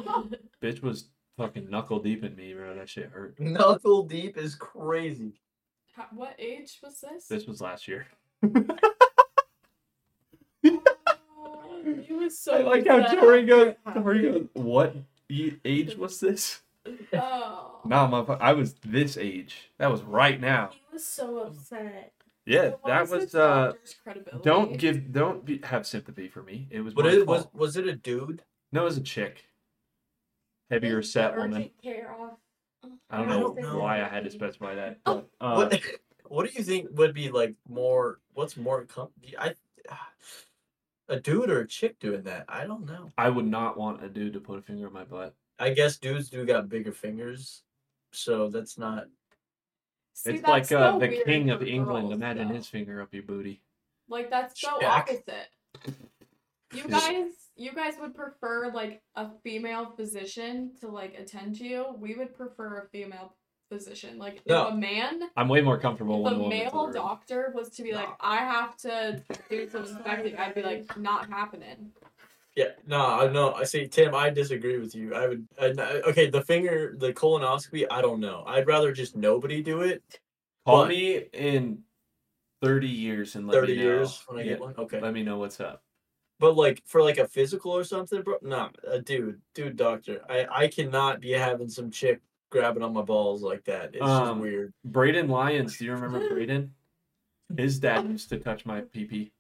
Speaker 1: Bitch was fucking knuckle deep in me, bro. That shit hurt.
Speaker 2: Knuckle deep is crazy.
Speaker 4: Ha- what age was this?
Speaker 1: This was last year.
Speaker 4: Oh, he was so. upset.
Speaker 1: goes. Tori goes. What ye- age was this?
Speaker 4: Oh.
Speaker 1: Nah, motherfucker. I was this age. That was right now.
Speaker 3: He was so upset.
Speaker 1: Yeah,
Speaker 4: So what
Speaker 1: that
Speaker 4: is the
Speaker 1: was. uh
Speaker 4: doctor's credibility?
Speaker 1: Don't give. Don't be, have sympathy for me. It was.
Speaker 2: But
Speaker 1: my
Speaker 2: it was
Speaker 1: fault.
Speaker 2: was it a dude?
Speaker 1: No, it was a chick. Heavier
Speaker 3: Like,
Speaker 1: set
Speaker 3: the
Speaker 1: woman.
Speaker 3: urgent care off. Mm-hmm.
Speaker 1: I don't
Speaker 2: I
Speaker 1: know
Speaker 2: don't know.
Speaker 1: why I had to specify that.
Speaker 3: Oh.
Speaker 1: but, uh,
Speaker 2: what What do you think would be like more? What's more? Com- I a dude or a chick doing that? I don't know.
Speaker 1: I would not want a dude to put a finger in my butt.
Speaker 2: I guess dudes do got bigger fingers, so that's not.
Speaker 4: See,
Speaker 1: it's
Speaker 4: that's
Speaker 1: like uh,
Speaker 4: so
Speaker 1: the
Speaker 4: weird
Speaker 1: king of
Speaker 4: for
Speaker 1: England.
Speaker 4: girls,
Speaker 1: Imagine
Speaker 4: though.
Speaker 1: his finger up your booty.
Speaker 4: Like that's so
Speaker 2: Jack.
Speaker 4: opposite. You
Speaker 1: Yeah.
Speaker 4: guys, you guys would prefer like a female physician to like attend you. We would prefer a female physician. Like
Speaker 2: No.
Speaker 4: if a man,
Speaker 1: I'm way more comfortable
Speaker 4: if
Speaker 1: when
Speaker 4: a
Speaker 1: a woman's
Speaker 4: male
Speaker 1: over it.
Speaker 4: doctor was to be like,
Speaker 2: No.
Speaker 4: I have to do some inspecting, I'd be like, not happening.
Speaker 2: Yeah, no, I no. I see, Tim. I disagree with you. I would. I, I- okay, the finger, the colonoscopy. I don't know. I'd rather just nobody do it.
Speaker 1: Call
Speaker 2: But-
Speaker 1: me in 30 years and let
Speaker 2: Thirty
Speaker 1: me know.
Speaker 2: years when I
Speaker 1: Yeah,
Speaker 2: get one. Okay,
Speaker 1: Let me know what's up.
Speaker 2: but like for like a physical or something, bro. Nah, uh, dude, dude, doctor. I I cannot be having some chick grabbing on my balls like that. It's just
Speaker 1: Um,
Speaker 2: weird.
Speaker 1: Braden Lyons, do you remember Braden? His dad used to touch my pee pee.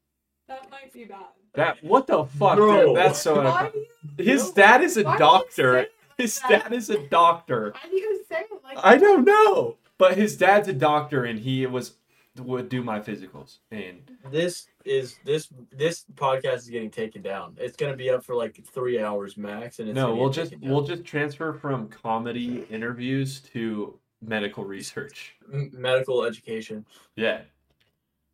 Speaker 4: That might be bad.
Speaker 1: That what the fuck,
Speaker 2: Bro.
Speaker 1: dude? That's so.
Speaker 3: Why
Speaker 1: uncom-
Speaker 3: do you?
Speaker 1: His dad is a
Speaker 3: Why do you say
Speaker 1: doctor.
Speaker 3: it
Speaker 1: His
Speaker 3: that?
Speaker 1: dad is a doctor.
Speaker 3: Why do you say it like?
Speaker 1: I don't know, but his dad's a doctor, and he was would do my physicals, and
Speaker 2: This is this this podcast is getting taken down. It's gonna be up for like three hours max, and it's
Speaker 1: no,
Speaker 2: gonna
Speaker 1: we'll
Speaker 2: get
Speaker 1: just
Speaker 2: taken down.
Speaker 1: we'll just transfer from comedy interviews to medical research.
Speaker 2: M- medical education.
Speaker 1: Yeah.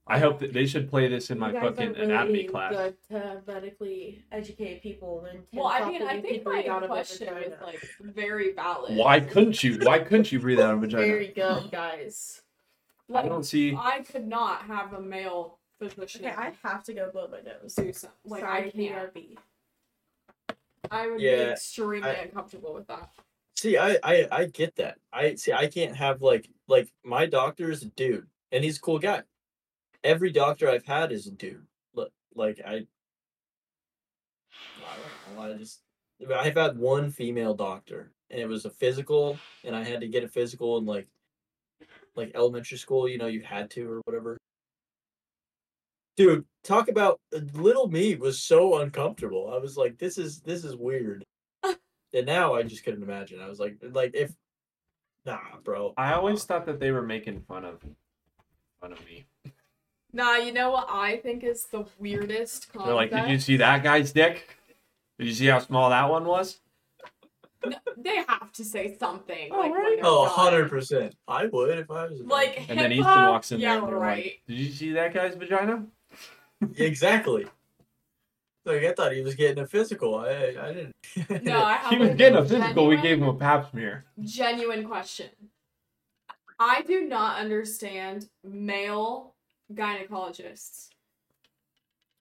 Speaker 1: I hope that they should play this in my
Speaker 3: you guys
Speaker 1: fucking
Speaker 3: are really
Speaker 1: anatomy class.
Speaker 3: Good to medically educate people and
Speaker 4: Well, I mean,
Speaker 3: fucking
Speaker 4: I think
Speaker 3: people
Speaker 4: my
Speaker 3: out of a
Speaker 4: question was
Speaker 3: vagina.
Speaker 4: like very valid.
Speaker 1: Why couldn't you? Why couldn't you breathe out of a vagina?
Speaker 3: Very good, guys.
Speaker 1: I
Speaker 4: Like
Speaker 1: don't see.
Speaker 4: I could not have a male physician.
Speaker 3: Okay, I have to go blow my nose.
Speaker 4: do something. Like I can't.
Speaker 3: be.
Speaker 4: I would be
Speaker 2: Yeah,
Speaker 4: extremely
Speaker 2: I-
Speaker 4: uncomfortable with that.
Speaker 2: See, I, I I get that. I see. I can't have like like my doctor is a dude, and he's a cool guy. Every doctor I've had is a dude. Look, like I, I, don't know, I just I've had one female doctor, and it was a physical, and I had to get a physical in like like elementary school. You know, you had to or whatever. Dude, talk about uh, little me was so uncomfortable. I was like, this is this is weird. And now I just couldn't imagine. I was like, like if, nah, bro.
Speaker 1: I always thought that they were making fun of fun of me.
Speaker 4: Nah, you know what I think is the weirdest
Speaker 1: They're like,
Speaker 4: concept?
Speaker 1: did you see that guy's dick? Did you see how small that one was?
Speaker 4: They have to say something.
Speaker 1: Oh,
Speaker 4: like, when
Speaker 1: right.
Speaker 4: they're
Speaker 2: Oh,
Speaker 4: done.
Speaker 2: 100%. I would if I was. a dog.
Speaker 4: Like,
Speaker 1: And then
Speaker 4: hip
Speaker 1: Easton
Speaker 4: hop,
Speaker 1: walks in there
Speaker 4: Yeah,
Speaker 1: and they're like-
Speaker 4: right.
Speaker 1: Did you see that guy's vagina?
Speaker 2: Exactly. Like, I thought he was getting a physical. I, I didn't.
Speaker 4: No, I have
Speaker 1: He was
Speaker 4: a
Speaker 1: getting a physical. We
Speaker 4: genuine-
Speaker 1: gave him a pap smear.
Speaker 4: genuine question. I do not understand male gynecologists.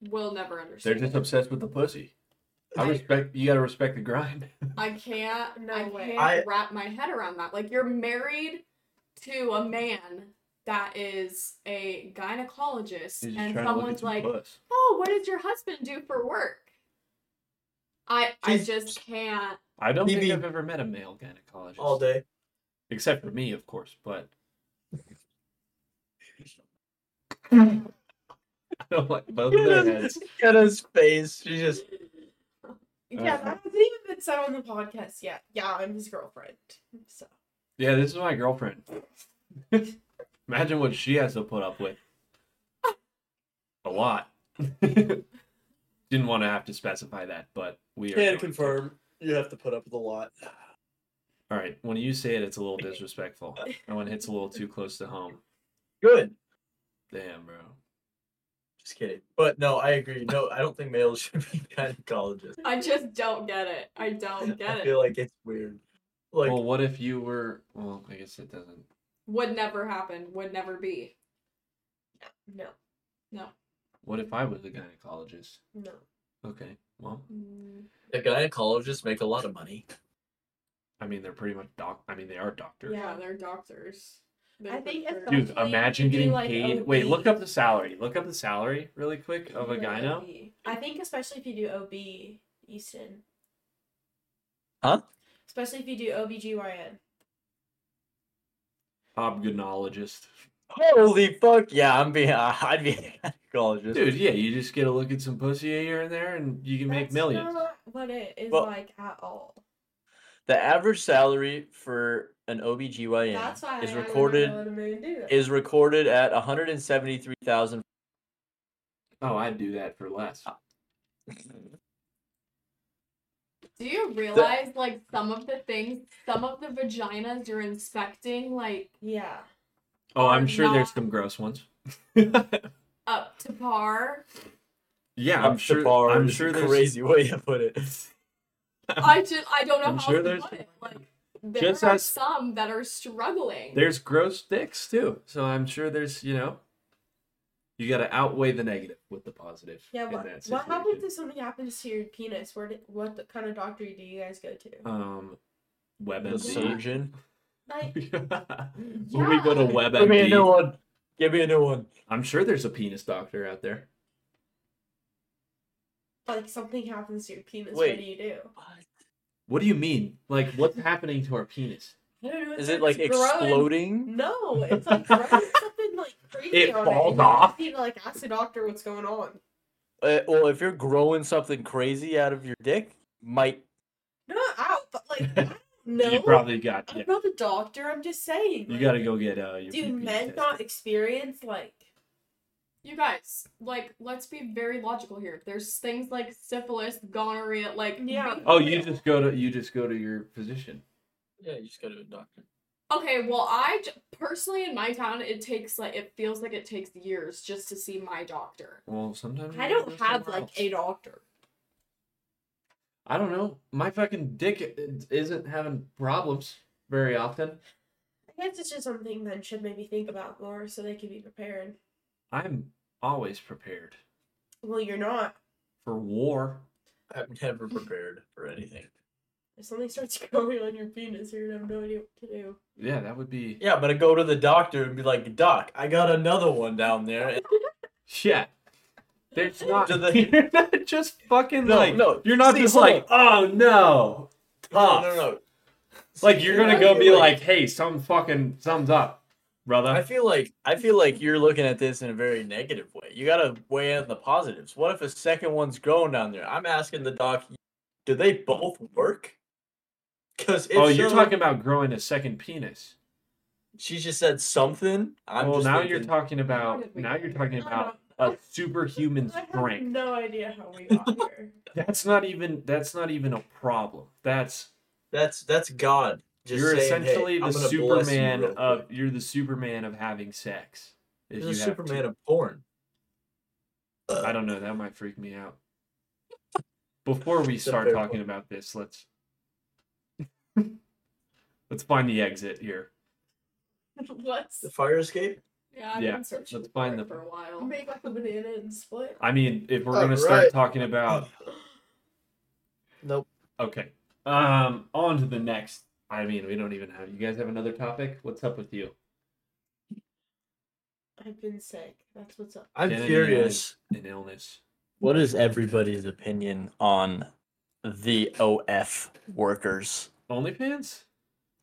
Speaker 4: Will never
Speaker 1: They're
Speaker 4: understand.
Speaker 1: just obsessed with the pussy. I
Speaker 4: I-
Speaker 1: respect. You gotta respect the grind.
Speaker 4: I can't.
Speaker 3: No
Speaker 4: I
Speaker 3: way.
Speaker 4: can't
Speaker 2: I-
Speaker 4: wrap my head around that. Like you're married to a man that is a gynecologist,
Speaker 1: He's just
Speaker 4: and
Speaker 1: trying to look at
Speaker 4: someone's
Speaker 1: some
Speaker 4: like,
Speaker 1: puss.
Speaker 4: "Oh, what does your husband do for work?" I I
Speaker 2: He's-
Speaker 4: just can't.
Speaker 1: I don't
Speaker 2: Maybe-
Speaker 1: think I've ever met a male gynecologist.
Speaker 2: All day.
Speaker 1: Except for me, of course, but I don't like both of their heads.
Speaker 2: Got his face. She just.
Speaker 3: Yeah, that hasn't even been said on the podcast yet. Yeah, I'm his girlfriend. So
Speaker 1: Yeah, this is my girlfriend. Imagine what she has to put up with. A lot. Didn't want to have to specify that, but we are.
Speaker 2: Can
Speaker 1: going to.
Speaker 2: confirm. You have to put up with a lot.
Speaker 1: All right, when you say it, it's a little disrespectful. and when it hits a little too close to home,
Speaker 2: Good.
Speaker 1: damn, bro.
Speaker 2: Just kidding. But no, I agree. No, I don't think males should be gynecologists.
Speaker 4: I just don't get it. I don't get
Speaker 2: I
Speaker 4: it.
Speaker 2: feel like it's weird. Like,
Speaker 1: well, what if you were? Well, I guess it doesn't.
Speaker 4: Would never happen. Would never be.
Speaker 3: no,
Speaker 1: What if I was a gynecologist?
Speaker 3: no.
Speaker 1: Okay, well,
Speaker 3: Mm.
Speaker 2: the gynecologists make a lot of money.
Speaker 1: I mean, they're pretty much doc. I mean, they are doctors.
Speaker 4: Yeah,
Speaker 3: Yeah.
Speaker 4: they're doctors.
Speaker 3: I think
Speaker 4: doctors.
Speaker 3: it's
Speaker 1: Dude,
Speaker 3: Hopefully
Speaker 1: imagine
Speaker 3: you do,
Speaker 1: getting
Speaker 3: like,
Speaker 1: paid.
Speaker 3: a
Speaker 1: Wait, look
Speaker 3: week.
Speaker 1: up the salary. Look up the salary really quick of a
Speaker 3: Like
Speaker 1: gyno.
Speaker 3: OB. I think especially if you do OB, Easton.
Speaker 2: Huh?
Speaker 3: Especially if you do OBGYN.
Speaker 1: Obgonologist.
Speaker 2: Holy fuck! Yeah, I'm being. I'd be a gynecologist.
Speaker 1: Dude, yeah, you just get a look at some pussy here and there, and you can make
Speaker 3: That's
Speaker 1: millions.
Speaker 3: Not what it is
Speaker 2: Well-
Speaker 3: like at all.
Speaker 2: The average salary for an OBGYN
Speaker 3: That's why
Speaker 2: is
Speaker 3: I would
Speaker 2: recorded
Speaker 3: not wanna do that.
Speaker 2: is recorded at 173,000.
Speaker 1: Oh, I'd do that for less.
Speaker 4: Do you realize like some of the things, some of the vaginas you're inspecting, like
Speaker 3: yeah.
Speaker 1: Oh, I'm
Speaker 4: Or
Speaker 1: sure there's
Speaker 4: not.
Speaker 1: some gross ones.
Speaker 4: up to par?
Speaker 1: yeah, I'm sure. I'm sure there's
Speaker 2: crazy way to put it.
Speaker 4: I just I don't know
Speaker 1: I'm
Speaker 4: how
Speaker 1: sure
Speaker 4: else to
Speaker 1: there's
Speaker 4: put it. Like there
Speaker 1: Just
Speaker 4: are
Speaker 1: as-
Speaker 4: some that are struggling.
Speaker 1: there's gross dicks too. So I'm sure there's you know, you got to outweigh the negative with the positive.
Speaker 3: Yeah,
Speaker 1: in
Speaker 3: what,
Speaker 1: that
Speaker 3: what happens
Speaker 1: situation.
Speaker 3: if something happens to your penis? Where did, what the, kind of doctor do you guys go to?
Speaker 1: Um,
Speaker 2: The
Speaker 1: WebMD.
Speaker 2: surgeon.
Speaker 3: Like,
Speaker 1: When we go to
Speaker 4: Yeah.
Speaker 1: WebMD,
Speaker 2: one. Give me a new one.
Speaker 1: I'm sure there's a penis doctor out there.
Speaker 3: like something happens to your penis.
Speaker 2: Wait.
Speaker 3: What do you do?
Speaker 1: What do you mean? Like, what's happening to our penis?
Speaker 3: I don't know.
Speaker 2: Is
Speaker 3: it's-
Speaker 2: it like
Speaker 3: it's grown.
Speaker 2: exploding?
Speaker 3: No, it's like grown something like crazy.
Speaker 1: It
Speaker 3: on
Speaker 1: falls
Speaker 3: it. You
Speaker 1: off.
Speaker 3: Need to, like ask the doctor what's going on.
Speaker 2: Uh, well, if you're growing something crazy out of your dick, might
Speaker 3: Not out, but like I don't know.
Speaker 1: You probably got.
Speaker 3: I'm
Speaker 1: Yeah,
Speaker 3: not a doctor. I'm just saying.
Speaker 1: you
Speaker 3: like,
Speaker 1: got to go get uh. Your
Speaker 3: Do
Speaker 1: PP
Speaker 3: men
Speaker 1: test.
Speaker 3: not experience like?
Speaker 4: you guys, like let's be very logical here. There's things like syphilis, gonorrhea, like
Speaker 3: Yeah.
Speaker 4: be
Speaker 1: Oh, you
Speaker 4: real.
Speaker 1: just go to you just go to your physician.
Speaker 2: Yeah, you just go to a doctor.
Speaker 4: Okay, well, I j- personally in my town it takes like it feels like it takes years just to see my doctor.
Speaker 1: Well, sometimes you
Speaker 3: I
Speaker 1: gotta
Speaker 3: don't
Speaker 1: go
Speaker 3: have
Speaker 1: somewhere
Speaker 3: like
Speaker 1: else.
Speaker 3: a doctor.
Speaker 1: I don't know. My fucking dick isn't having problems very often.
Speaker 3: I guess it's just something men should maybe think about more so they can be prepared.
Speaker 1: I'm always prepared
Speaker 3: Well, you're not.
Speaker 1: for war.
Speaker 2: I'm never prepared for anything.
Speaker 3: If something starts growing on your penis, you're gonna have no idea what to do.
Speaker 1: Yeah, that would be
Speaker 2: Yeah, but I go to the doctor and be like, Doc, I got another one down there. And
Speaker 1: shit. There's not.
Speaker 2: Do they-
Speaker 1: You're not just fucking
Speaker 2: No,
Speaker 1: like.
Speaker 2: no,
Speaker 1: You're not
Speaker 2: see,
Speaker 1: just
Speaker 2: hold
Speaker 1: like. Oh no.
Speaker 2: no,
Speaker 1: Tough.
Speaker 2: no, no.
Speaker 1: Like you're gonna
Speaker 2: I
Speaker 1: go
Speaker 2: feel
Speaker 1: be like, hey, some fucking thumbs up, brother.
Speaker 2: I feel like I feel like you're looking at this in a very negative way. You gotta weigh in the positives. What if a second one's growing down there? I'm asking the doc, do they both work? Because
Speaker 1: oh, you're talking about growing a second penis.
Speaker 5: she just said something. I'm
Speaker 1: well,
Speaker 5: just
Speaker 1: now
Speaker 5: thinking,
Speaker 1: you're talking about
Speaker 4: did we
Speaker 1: now
Speaker 4: get
Speaker 1: you're
Speaker 4: here?
Speaker 1: talking
Speaker 3: I
Speaker 1: about a
Speaker 3: don't-
Speaker 1: superhuman
Speaker 3: I have
Speaker 1: strength.
Speaker 3: no idea how we got here.
Speaker 1: That's not even that's not even a problem. That's
Speaker 5: that's that's God. Just
Speaker 1: you're
Speaker 5: saying, "Hey,
Speaker 1: essentially
Speaker 5: I'm
Speaker 1: the
Speaker 5: gonna bless you
Speaker 1: Superman
Speaker 5: real
Speaker 1: of
Speaker 5: quick."
Speaker 1: you're the Superman of having sex. If
Speaker 5: You're the
Speaker 1: you have to.
Speaker 5: Superman of porn.
Speaker 2: Uh,
Speaker 1: I don't know. That might freak me out. Before we
Speaker 5: It's a
Speaker 1: start
Speaker 5: fair
Speaker 1: talking
Speaker 5: point.
Speaker 1: about this, let's let's find the exit here.
Speaker 3: Let's
Speaker 5: The fire escape.
Speaker 4: Yeah, I've
Speaker 1: Yeah,
Speaker 4: been searching
Speaker 1: let's find
Speaker 4: for it
Speaker 1: the-
Speaker 4: for a while.
Speaker 3: make a banana and split.
Speaker 1: I mean, if we're
Speaker 5: All
Speaker 1: gonna start
Speaker 5: Oh, right.
Speaker 1: talking about
Speaker 5: Nope.
Speaker 1: okay, um, on to the next. I mean, we don't even have. You guys have another topic? What's up with you?
Speaker 3: I've been sick. That's what's up.
Speaker 5: I'm
Speaker 1: Kennedy
Speaker 5: curious.
Speaker 1: An illness.
Speaker 2: What is everybody's opinion on the OF workers?
Speaker 1: OnlyFans?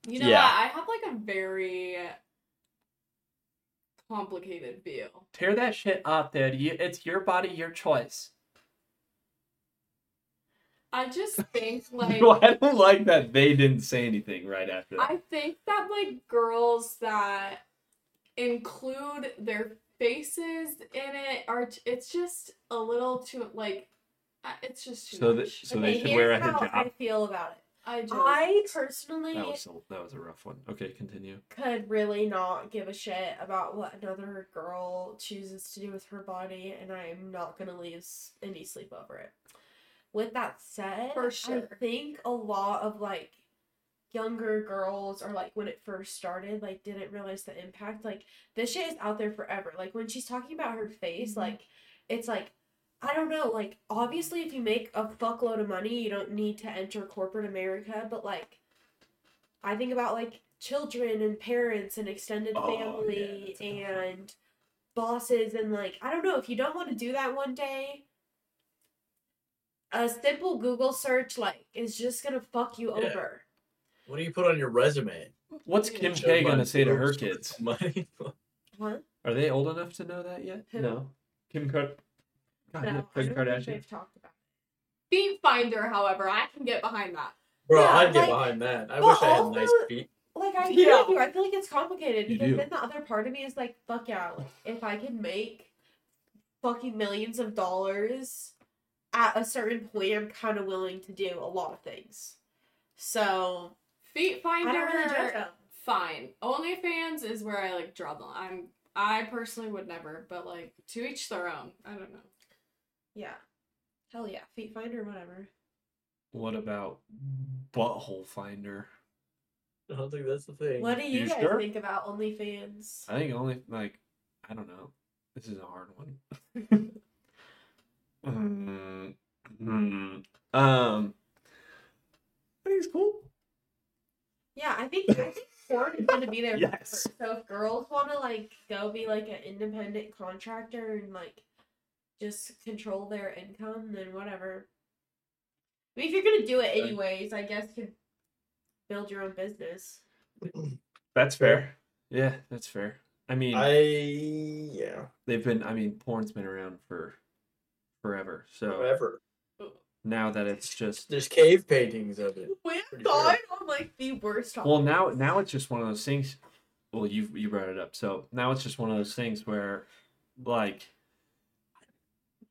Speaker 4: You know
Speaker 2: Yeah.
Speaker 4: what? I have like a very complicated view.
Speaker 1: Tear that shit up, dude. You, it's your body, your choice.
Speaker 4: I just think like
Speaker 1: No, I don't like that they didn't say anything right after that.
Speaker 4: I think that like girls that include their faces in it are t- it's just a little too like I- it's just too
Speaker 1: so that
Speaker 4: much.
Speaker 1: so they should wear a
Speaker 3: here's how I
Speaker 1: hijab.
Speaker 3: feel about it.
Speaker 4: I just
Speaker 3: I personally
Speaker 1: That was a- that was a rough one. Okay, continue.
Speaker 3: could really not give a shit about what another girl chooses to do with her body, and I'm not gonna lose any sleep over it. With that said,
Speaker 4: For sure.
Speaker 3: I think a lot of like younger girls or like when it first started, like didn't realize the impact. Like this shit is out there forever. Like when she's talking about her face,
Speaker 4: Mhm.
Speaker 3: like it's like I don't know, like obviously if you make a fuckload of money, you don't need to enter corporate America, but like I think about like children and parents and extended
Speaker 1: Oh, yeah,
Speaker 3: family
Speaker 1: that's a tough one.
Speaker 3: and bosses and like I don't know if you don't want to do that one day a simple Google search like is just going to fuck you
Speaker 5: Yeah.
Speaker 3: over.
Speaker 5: What do you put on your resume?
Speaker 1: What's
Speaker 4: Yeah.
Speaker 1: Kim
Speaker 4: Show
Speaker 1: K
Speaker 5: Show
Speaker 1: gonna
Speaker 5: my
Speaker 1: say to her
Speaker 5: boobs.
Speaker 1: kids?
Speaker 5: Money.
Speaker 3: Huh?
Speaker 1: Are they old enough to know that yet?
Speaker 3: Who?
Speaker 1: No. Kim Kar- God, yeah,
Speaker 3: No, I
Speaker 1: Kim
Speaker 3: don't think
Speaker 1: Kardashian.
Speaker 3: they've talked about.
Speaker 4: feet finder, however, I can get behind that.
Speaker 5: Bro,
Speaker 3: Yeah,
Speaker 5: I'd get
Speaker 3: like-
Speaker 5: behind that. I
Speaker 3: but
Speaker 5: wish I had
Speaker 3: also-
Speaker 5: nice feet.
Speaker 3: Like I agree
Speaker 4: Yeah.
Speaker 3: with you. I feel like it's complicated
Speaker 1: You
Speaker 3: because
Speaker 1: do.
Speaker 3: then the other part of me is like, fuck yeah, like, if I can make fucking millions of dollars at a certain point, I'm kind of willing to do a lot of things. So
Speaker 4: Feet
Speaker 3: I
Speaker 4: finder
Speaker 3: don't really judge them.
Speaker 4: fine. OnlyFans is where I like draw the line. I'm I personally would never, but like to each their own. I don't know.
Speaker 3: Yeah. Hell yeah, feet finder, whatever.
Speaker 1: What about Butthole Finder?
Speaker 5: I don't think that's the thing.
Speaker 3: What do you,
Speaker 1: You
Speaker 3: guys
Speaker 1: sure?
Speaker 3: think about OnlyFans?
Speaker 1: I think only like I don't know. This is a hard one. Mm, mm. Um, I think it's cool.
Speaker 3: Yeah, I think I think porn is gonna be there
Speaker 1: Yes.
Speaker 3: forever. So if girls want to like go be like an independent contractor and like just control their income, then whatever. I mean, if you're gonna do it
Speaker 5: Right.
Speaker 3: anyways, I guess you could build your own business.
Speaker 1: That's fair. Yeah, that's fair. I mean,
Speaker 5: I yeah.
Speaker 1: they've been. I mean, porn's been around for forever. So
Speaker 5: Forever.
Speaker 1: now that it's just
Speaker 5: There's cave paintings of it.
Speaker 3: We have
Speaker 5: Pretty
Speaker 3: gone on like the worst.
Speaker 1: Well,
Speaker 3: topic.
Speaker 1: now now it's just one of those things. Well, you you brought it up, so now it's just one of those things where, like,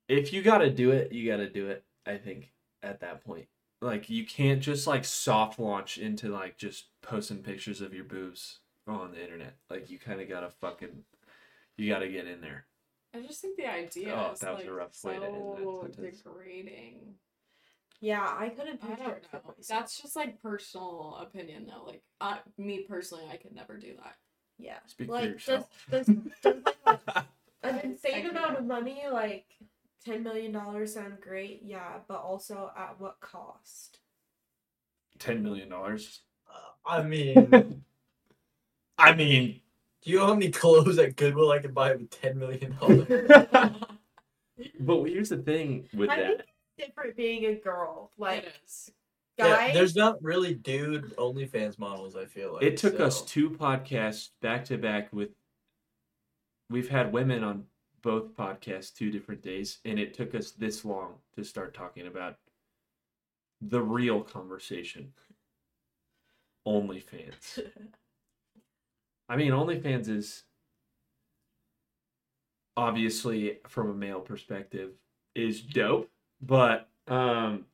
Speaker 1: if you got to do it, you got to do it. I think at that point, like, you can't just like soft launch into like just posting pictures of your boobs on the internet. Like, you kind of gotta fucking, you gotta get in there.
Speaker 4: I just think the idea
Speaker 1: Oh,
Speaker 4: is
Speaker 1: that was
Speaker 4: like
Speaker 1: a rough
Speaker 4: so
Speaker 1: way to end that sentence.
Speaker 4: degrading.
Speaker 3: yeah, I couldn't
Speaker 4: I
Speaker 3: picture
Speaker 4: don't
Speaker 3: it. for
Speaker 4: know.
Speaker 3: myself.
Speaker 4: That's just like personal opinion though. Like I, me personally, I could never do that.
Speaker 3: yeah.
Speaker 1: Speak for
Speaker 3: Like does
Speaker 1: yourself.
Speaker 3: does does like an
Speaker 4: I- I
Speaker 3: insane
Speaker 4: can-
Speaker 3: amount of money, like ten million dollars, sound great? Yeah, but also at what cost?
Speaker 1: Ten million dollars.
Speaker 5: Uh, I mean, do
Speaker 1: I mean,
Speaker 5: you know how many clothes at Goodwill I could buy with ten million dollars?
Speaker 1: but here's the thing with
Speaker 3: I
Speaker 1: that.
Speaker 3: think it's different being a girl. Like
Speaker 4: it is.
Speaker 3: guys,
Speaker 5: there's not really dude OnlyFans models. I feel like
Speaker 1: It took us
Speaker 5: so-
Speaker 1: two podcasts back to back with. We've had women on both podcasts two different days, and it took us this long to start talking about the real conversation. OnlyFans. I mean, OnlyFans is obviously from a male perspective is dope, but um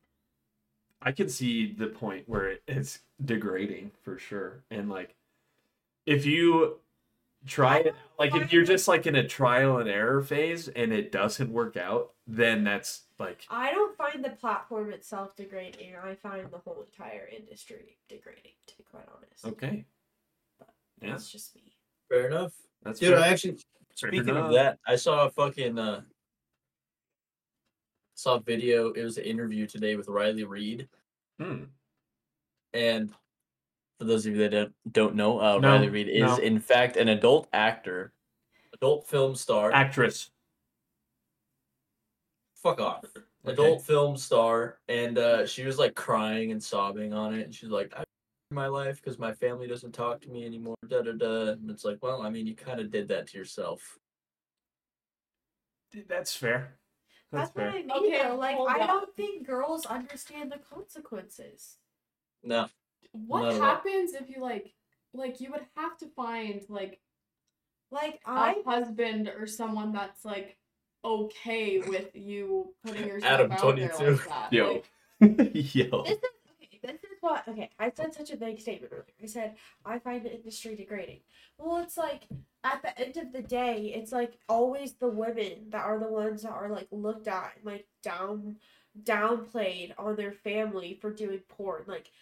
Speaker 1: I can see the point where it, it's degrading for sure. And like if you try it like if you're just like in a trial and error phase and it doesn't work out, then that's like
Speaker 3: I don't find the platform itself degrading. I find the whole entire industry degrading, to be quite honest.
Speaker 1: okay. Yeah,
Speaker 3: That's just me.
Speaker 5: Fair enough.
Speaker 1: that's
Speaker 5: Dude,
Speaker 1: fair.
Speaker 5: I actually
Speaker 1: Fair
Speaker 5: speaking
Speaker 1: enough.
Speaker 5: of that, I saw a fucking uh saw a video, it was an interview today with Riley Reed.
Speaker 1: Hmm.
Speaker 5: And for those of you that don't, don't know, uh,
Speaker 1: No,
Speaker 5: Riley Reed is
Speaker 1: no.
Speaker 5: in fact an adult actor, adult film star.
Speaker 1: actress.
Speaker 5: Fuck off.
Speaker 1: Okay.
Speaker 5: Adult film star, and uh, she was like crying and sobbing on it. And she's like, "I my life because my family doesn't talk to me anymore." Da da da. And it's like, well, I mean, you kind of did that to yourself.
Speaker 1: Dude, that's fair. That's,
Speaker 3: That's,
Speaker 1: fair.
Speaker 3: what I mean.
Speaker 4: Okay,
Speaker 3: though. Like
Speaker 4: hold
Speaker 3: I
Speaker 4: on.
Speaker 3: don't think girls understand the consequences.
Speaker 5: No,
Speaker 4: What
Speaker 5: Not at all.
Speaker 4: happens if you like like you would have to find like
Speaker 3: Like
Speaker 4: a
Speaker 3: I
Speaker 4: husband or someone that's like okay with you putting yourself
Speaker 5: Adam
Speaker 4: out there
Speaker 5: 22.
Speaker 4: like that.
Speaker 1: Yo.
Speaker 4: Like,
Speaker 1: Yo.
Speaker 3: This is okay. This is what okay. I said such a big statement earlier. I said I find the industry degrading. Well, it's like at the end of the day, it's like always the women that are the ones that are like looked at and like down downplayed on their family for doing porn. Like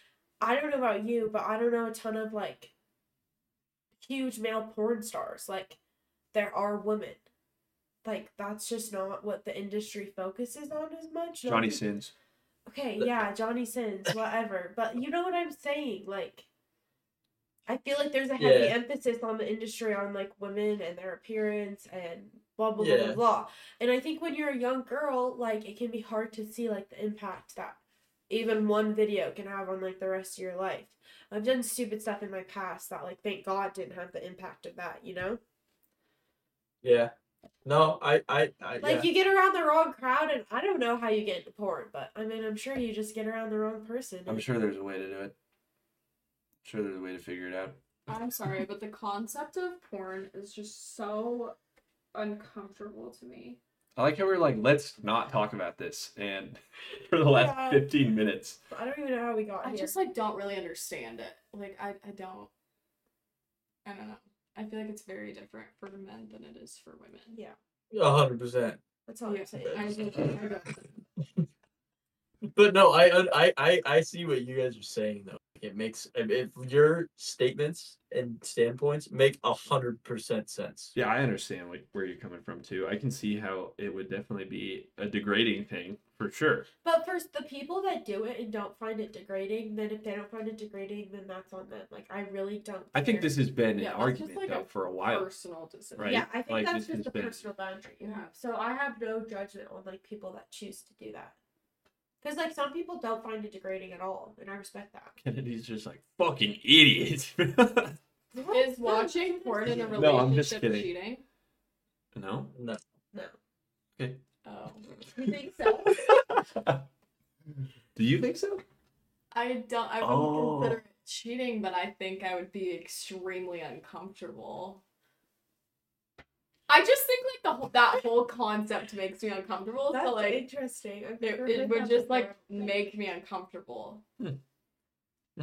Speaker 3: I don't know about you, but I don't know a ton of like huge male porn stars. Like there are women. Like that's just not what the industry focuses on as much. Not
Speaker 1: Johnny
Speaker 3: because-
Speaker 1: Sins.
Speaker 3: Okay,
Speaker 5: Th-
Speaker 3: yeah, Johnny sins, whatever. But you know what I'm saying? Like, I feel like there's a heavy
Speaker 5: Yeah.
Speaker 3: emphasis on the industry on like women and their appearance and blah blah blah blah
Speaker 5: Yeah.
Speaker 3: blah. And I think when you're a young girl, like it can be hard to see like the impact that even one video can have on like the rest of your life. I've done stupid stuff in my past that like thank God didn't have the impact of that, you know?
Speaker 5: yeah, no, I, I, I
Speaker 3: Like
Speaker 5: yeah.
Speaker 3: you get around the wrong crowd and I don't know how you get into porn, but I mean I'm sure you just get around the wrong person.
Speaker 1: I'm
Speaker 3: and-
Speaker 1: sure there's a way to do it. I'm sure there's a way to figure it out.
Speaker 4: I'm sorry, but the concept of porn is just so uncomfortable to me.
Speaker 1: I like how we're like, let's not talk about this, and for the last
Speaker 3: Yeah.
Speaker 1: 15 minutes.
Speaker 3: I don't even know how we got
Speaker 4: I
Speaker 3: here.
Speaker 4: just like don't really understand it. Like I, I don't I don't know. I feel like it's very different for men than it is for women.
Speaker 3: Yeah,
Speaker 5: a hundred percent.
Speaker 3: that's all
Speaker 4: Yeah,
Speaker 3: I'm saying.
Speaker 4: I just- I don't-
Speaker 5: But no, I, un- I, I, I see what you guys are saying though. It makes if- if your statements and standpoints make a hundred percent sense.
Speaker 1: Yeah, I understand what, where you're coming from too. I can see how it would definitely be a degrading thing for sure.
Speaker 3: But for the people that do it and don't find it degrading, then if they don't find it degrading, then that's on them. Like I really don't.
Speaker 1: I think
Speaker 3: care.
Speaker 1: this has been an
Speaker 4: Yeah, that's
Speaker 1: argument
Speaker 4: just like
Speaker 1: though
Speaker 4: a
Speaker 1: for a while.
Speaker 4: Personal decision.
Speaker 1: Right.
Speaker 3: Yeah, I think
Speaker 1: Like, this
Speaker 3: that's
Speaker 1: has
Speaker 3: just the
Speaker 1: been-
Speaker 3: personal boundary you
Speaker 4: Yeah.
Speaker 3: have. So I have no judgment on like people that choose to do that. Because like some people don't find it degrading at all, and I respect that.
Speaker 1: Kennedy's just like fucking idiot.
Speaker 4: Is watching porn in a
Speaker 3: No.
Speaker 4: relationship
Speaker 1: No, I'm just kidding.
Speaker 4: cheating?
Speaker 1: no,
Speaker 5: No,
Speaker 3: No.
Speaker 4: Oh.
Speaker 3: You think so?
Speaker 1: do you think so?
Speaker 4: I don't I wouldn't
Speaker 1: Oh.
Speaker 4: consider it cheating, but I think I would be extremely uncomfortable. I just think like the whole that whole concept makes me uncomfortable.
Speaker 3: that's
Speaker 4: so like
Speaker 3: interesting.
Speaker 4: it,
Speaker 3: I've never
Speaker 4: it
Speaker 3: heard
Speaker 4: would
Speaker 3: that
Speaker 4: just like
Speaker 3: before.
Speaker 4: make me uncomfortable.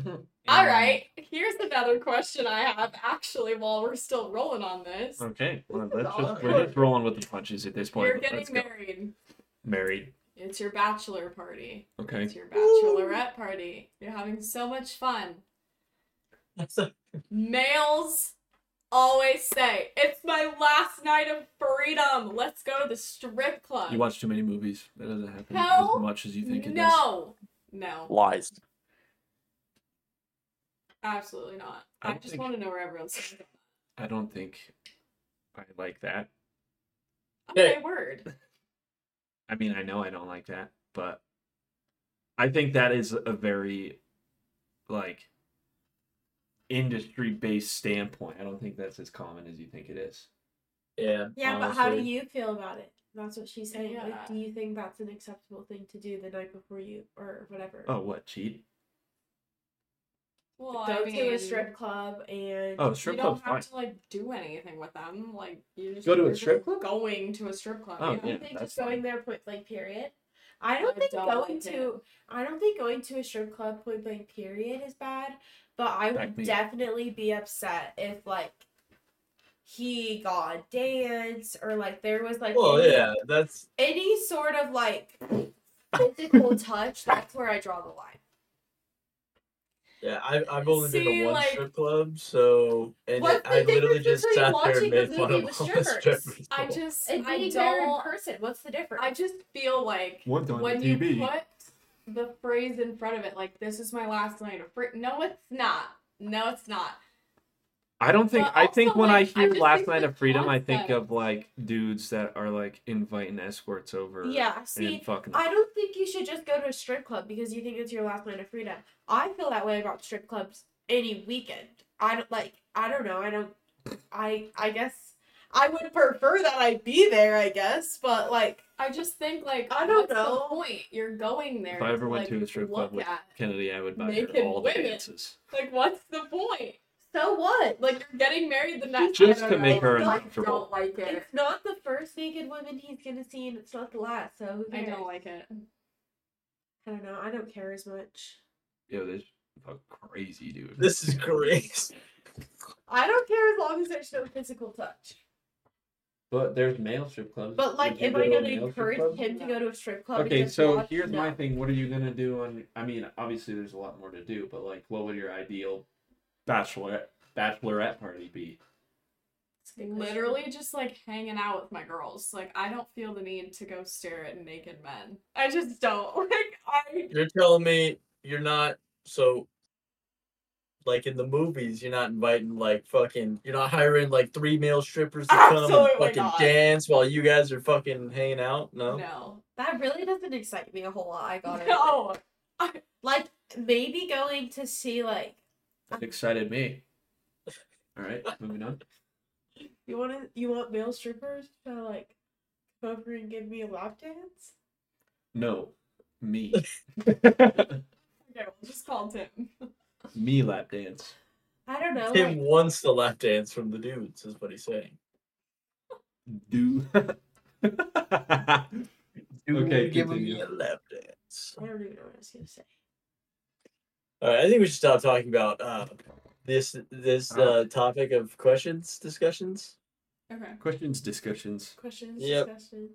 Speaker 4: All
Speaker 1: All
Speaker 4: right, here's another question I have actually while we're still rolling on this.
Speaker 1: Okay, well,
Speaker 4: This is
Speaker 1: let's just,
Speaker 4: awkward.
Speaker 1: we're just rolling with the punches at this point.
Speaker 4: You're getting
Speaker 1: let's go.
Speaker 4: married.
Speaker 1: married.
Speaker 4: It's your bachelor party.
Speaker 1: Okay.
Speaker 4: It's your bachelorette party. You're having so much fun.
Speaker 5: that's a
Speaker 4: Males always say, It's my last night of freedom. Let's go to the strip club.
Speaker 1: You watch too many movies. That doesn't happen
Speaker 4: Hell
Speaker 1: as much as you think it does.
Speaker 4: no. No.
Speaker 2: Lies.
Speaker 4: Absolutely not.
Speaker 1: I
Speaker 4: I,
Speaker 1: don't
Speaker 4: just
Speaker 1: think-
Speaker 4: want to know where everyone's stands
Speaker 1: I don't think I like that.
Speaker 4: on that.
Speaker 5: Hey.
Speaker 4: Okay, word.
Speaker 1: I mean, I know I don't like that, but I think that is a very like industry-based standpoint. I don't think that's as common as you think it is.
Speaker 5: yeah.
Speaker 3: Yeah, but how do
Speaker 5: honestly.
Speaker 3: you feel about it? That's what she's saying.
Speaker 4: Yeah.
Speaker 3: Like, do you think that's an acceptable thing to do the night before you or whatever?
Speaker 1: Oh, what cheat?
Speaker 4: Well,
Speaker 3: go
Speaker 4: I mean,
Speaker 3: to a strip club and
Speaker 1: Oh, strip
Speaker 4: you don't
Speaker 1: club's
Speaker 4: have
Speaker 1: fine.
Speaker 4: to like do anything with them. Like you just
Speaker 1: Go to a
Speaker 4: you're just
Speaker 1: strip club?
Speaker 4: Going to a strip club.
Speaker 1: Oh,
Speaker 4: yeah.
Speaker 3: I
Speaker 1: yeah.
Speaker 3: don't think
Speaker 1: that's
Speaker 3: just
Speaker 1: fine.
Speaker 3: going there point blank period. I don't
Speaker 4: I
Speaker 3: think
Speaker 4: don't
Speaker 3: going
Speaker 4: like
Speaker 3: to I don't think going to a strip club point blank period is bad, but I
Speaker 1: Back
Speaker 3: would
Speaker 1: me up.
Speaker 3: definitely be upset if like he got a dance or like there was like
Speaker 2: Well,
Speaker 3: any,
Speaker 2: yeah, that's
Speaker 3: any sort of like physical touch. That's where I draw the line.
Speaker 2: yeah. I, I've only been
Speaker 4: See,
Speaker 2: to one
Speaker 4: like,
Speaker 2: strip club, so and
Speaker 3: what's
Speaker 2: it,
Speaker 3: the
Speaker 2: I literally
Speaker 3: difference
Speaker 2: just
Speaker 3: between
Speaker 2: sat there and
Speaker 3: watching a
Speaker 2: made fun
Speaker 3: movie
Speaker 2: of
Speaker 3: with
Speaker 2: all the
Speaker 3: strippers?
Speaker 2: strippers.
Speaker 4: I just
Speaker 3: And
Speaker 4: I
Speaker 3: being there in
Speaker 4: don't
Speaker 3: person, what's the difference?
Speaker 4: I just feel like
Speaker 1: One time
Speaker 4: when
Speaker 1: the
Speaker 4: you
Speaker 1: TV.
Speaker 4: put the phrase in front of it, like this is my last night of free. No, it's not. No, it's not.
Speaker 1: I don't think.
Speaker 4: But
Speaker 1: I think
Speaker 4: also,
Speaker 1: when I
Speaker 4: like, I
Speaker 1: hear
Speaker 4: just
Speaker 1: "Last
Speaker 4: think
Speaker 1: Night
Speaker 4: the
Speaker 1: of Freedom," I think of
Speaker 4: concept-
Speaker 1: like dudes that are like inviting escorts over.
Speaker 3: yeah,
Speaker 1: And
Speaker 3: see,
Speaker 1: fucking.
Speaker 3: I don't think you should just go to a strip club because you think it's your last night of freedom. I feel that way about strip clubs any weekend. I don't like. I don't know. I don't. I I guess I would prefer that I be there. I guess, but like
Speaker 4: I just think like
Speaker 3: I don't
Speaker 4: what's the
Speaker 3: know.
Speaker 4: point? You're going there.
Speaker 1: if I ever
Speaker 4: to,
Speaker 1: went
Speaker 4: like,
Speaker 1: to a strip club
Speaker 4: look
Speaker 1: with
Speaker 4: at.
Speaker 1: Kennedy, I would buy her
Speaker 4: naked
Speaker 1: all the
Speaker 4: women.
Speaker 1: dances.
Speaker 4: Like, what's the point?
Speaker 3: so what?
Speaker 4: Like, you're getting married the next.
Speaker 1: Just
Speaker 4: I don't
Speaker 1: to make
Speaker 4: know.
Speaker 1: her
Speaker 4: I
Speaker 1: uncomfortable.
Speaker 4: don't like it.
Speaker 3: It's not the first naked woman he's gonna see, and it's not the last. So who
Speaker 4: I
Speaker 3: cares?
Speaker 4: don't like it.
Speaker 3: I don't know. I don't care as much.
Speaker 1: Yo, this fuck crazy dude.
Speaker 2: This is crazy.
Speaker 3: I don't care as long as there's no physical touch.
Speaker 1: But there's male strip clubs.
Speaker 3: But like,
Speaker 1: Would you
Speaker 3: am
Speaker 1: go
Speaker 3: I
Speaker 1: to a
Speaker 3: gonna
Speaker 1: male strip
Speaker 3: encourage
Speaker 1: club?
Speaker 3: him to
Speaker 4: No.
Speaker 3: go to a strip club? and
Speaker 1: Okay,
Speaker 3: just
Speaker 1: so
Speaker 3: watch?
Speaker 1: here's
Speaker 3: No.
Speaker 1: my thing. What are you gonna do on? I mean, obviously there's a lot more to do, but like, what would your ideal bachelorette bachelorette party be?
Speaker 3: It's a good question.
Speaker 4: Literally just like hanging out with my girls. Like I don't feel the need to go stare at naked men. I just don't. Like I
Speaker 2: You're telling me you're not so. Like in the movies, you're not inviting like fucking, you're not hiring like three male strippers to come and
Speaker 4: Absolutely
Speaker 2: fucking
Speaker 4: not.
Speaker 2: dance while you guys are fucking hanging out. No,
Speaker 4: no. Oh,
Speaker 3: That really doesn't excite me a whole lot. I got it.
Speaker 4: No.
Speaker 3: Like maybe going to see like
Speaker 1: That excited me. All right, moving on.
Speaker 3: you want to you want male strippers to like come over and give me a lap dance.
Speaker 1: No, me,
Speaker 4: Okay, we'll just call Tim.
Speaker 1: me lap dance.
Speaker 3: I don't know.
Speaker 2: Tim
Speaker 3: like,
Speaker 2: wants the lap dance from the dudes, is what he's saying.
Speaker 1: Do. Okay,
Speaker 2: give me
Speaker 1: continue.
Speaker 2: a lap dance.
Speaker 3: I don't even know what I was gonna say.
Speaker 2: All right, I think we should stop talking about uh, this this
Speaker 1: Uh.
Speaker 2: uh, topic of questions discussions.
Speaker 4: Okay.
Speaker 1: Questions, discussions.
Speaker 3: Questions,
Speaker 2: Yep.
Speaker 3: discussions.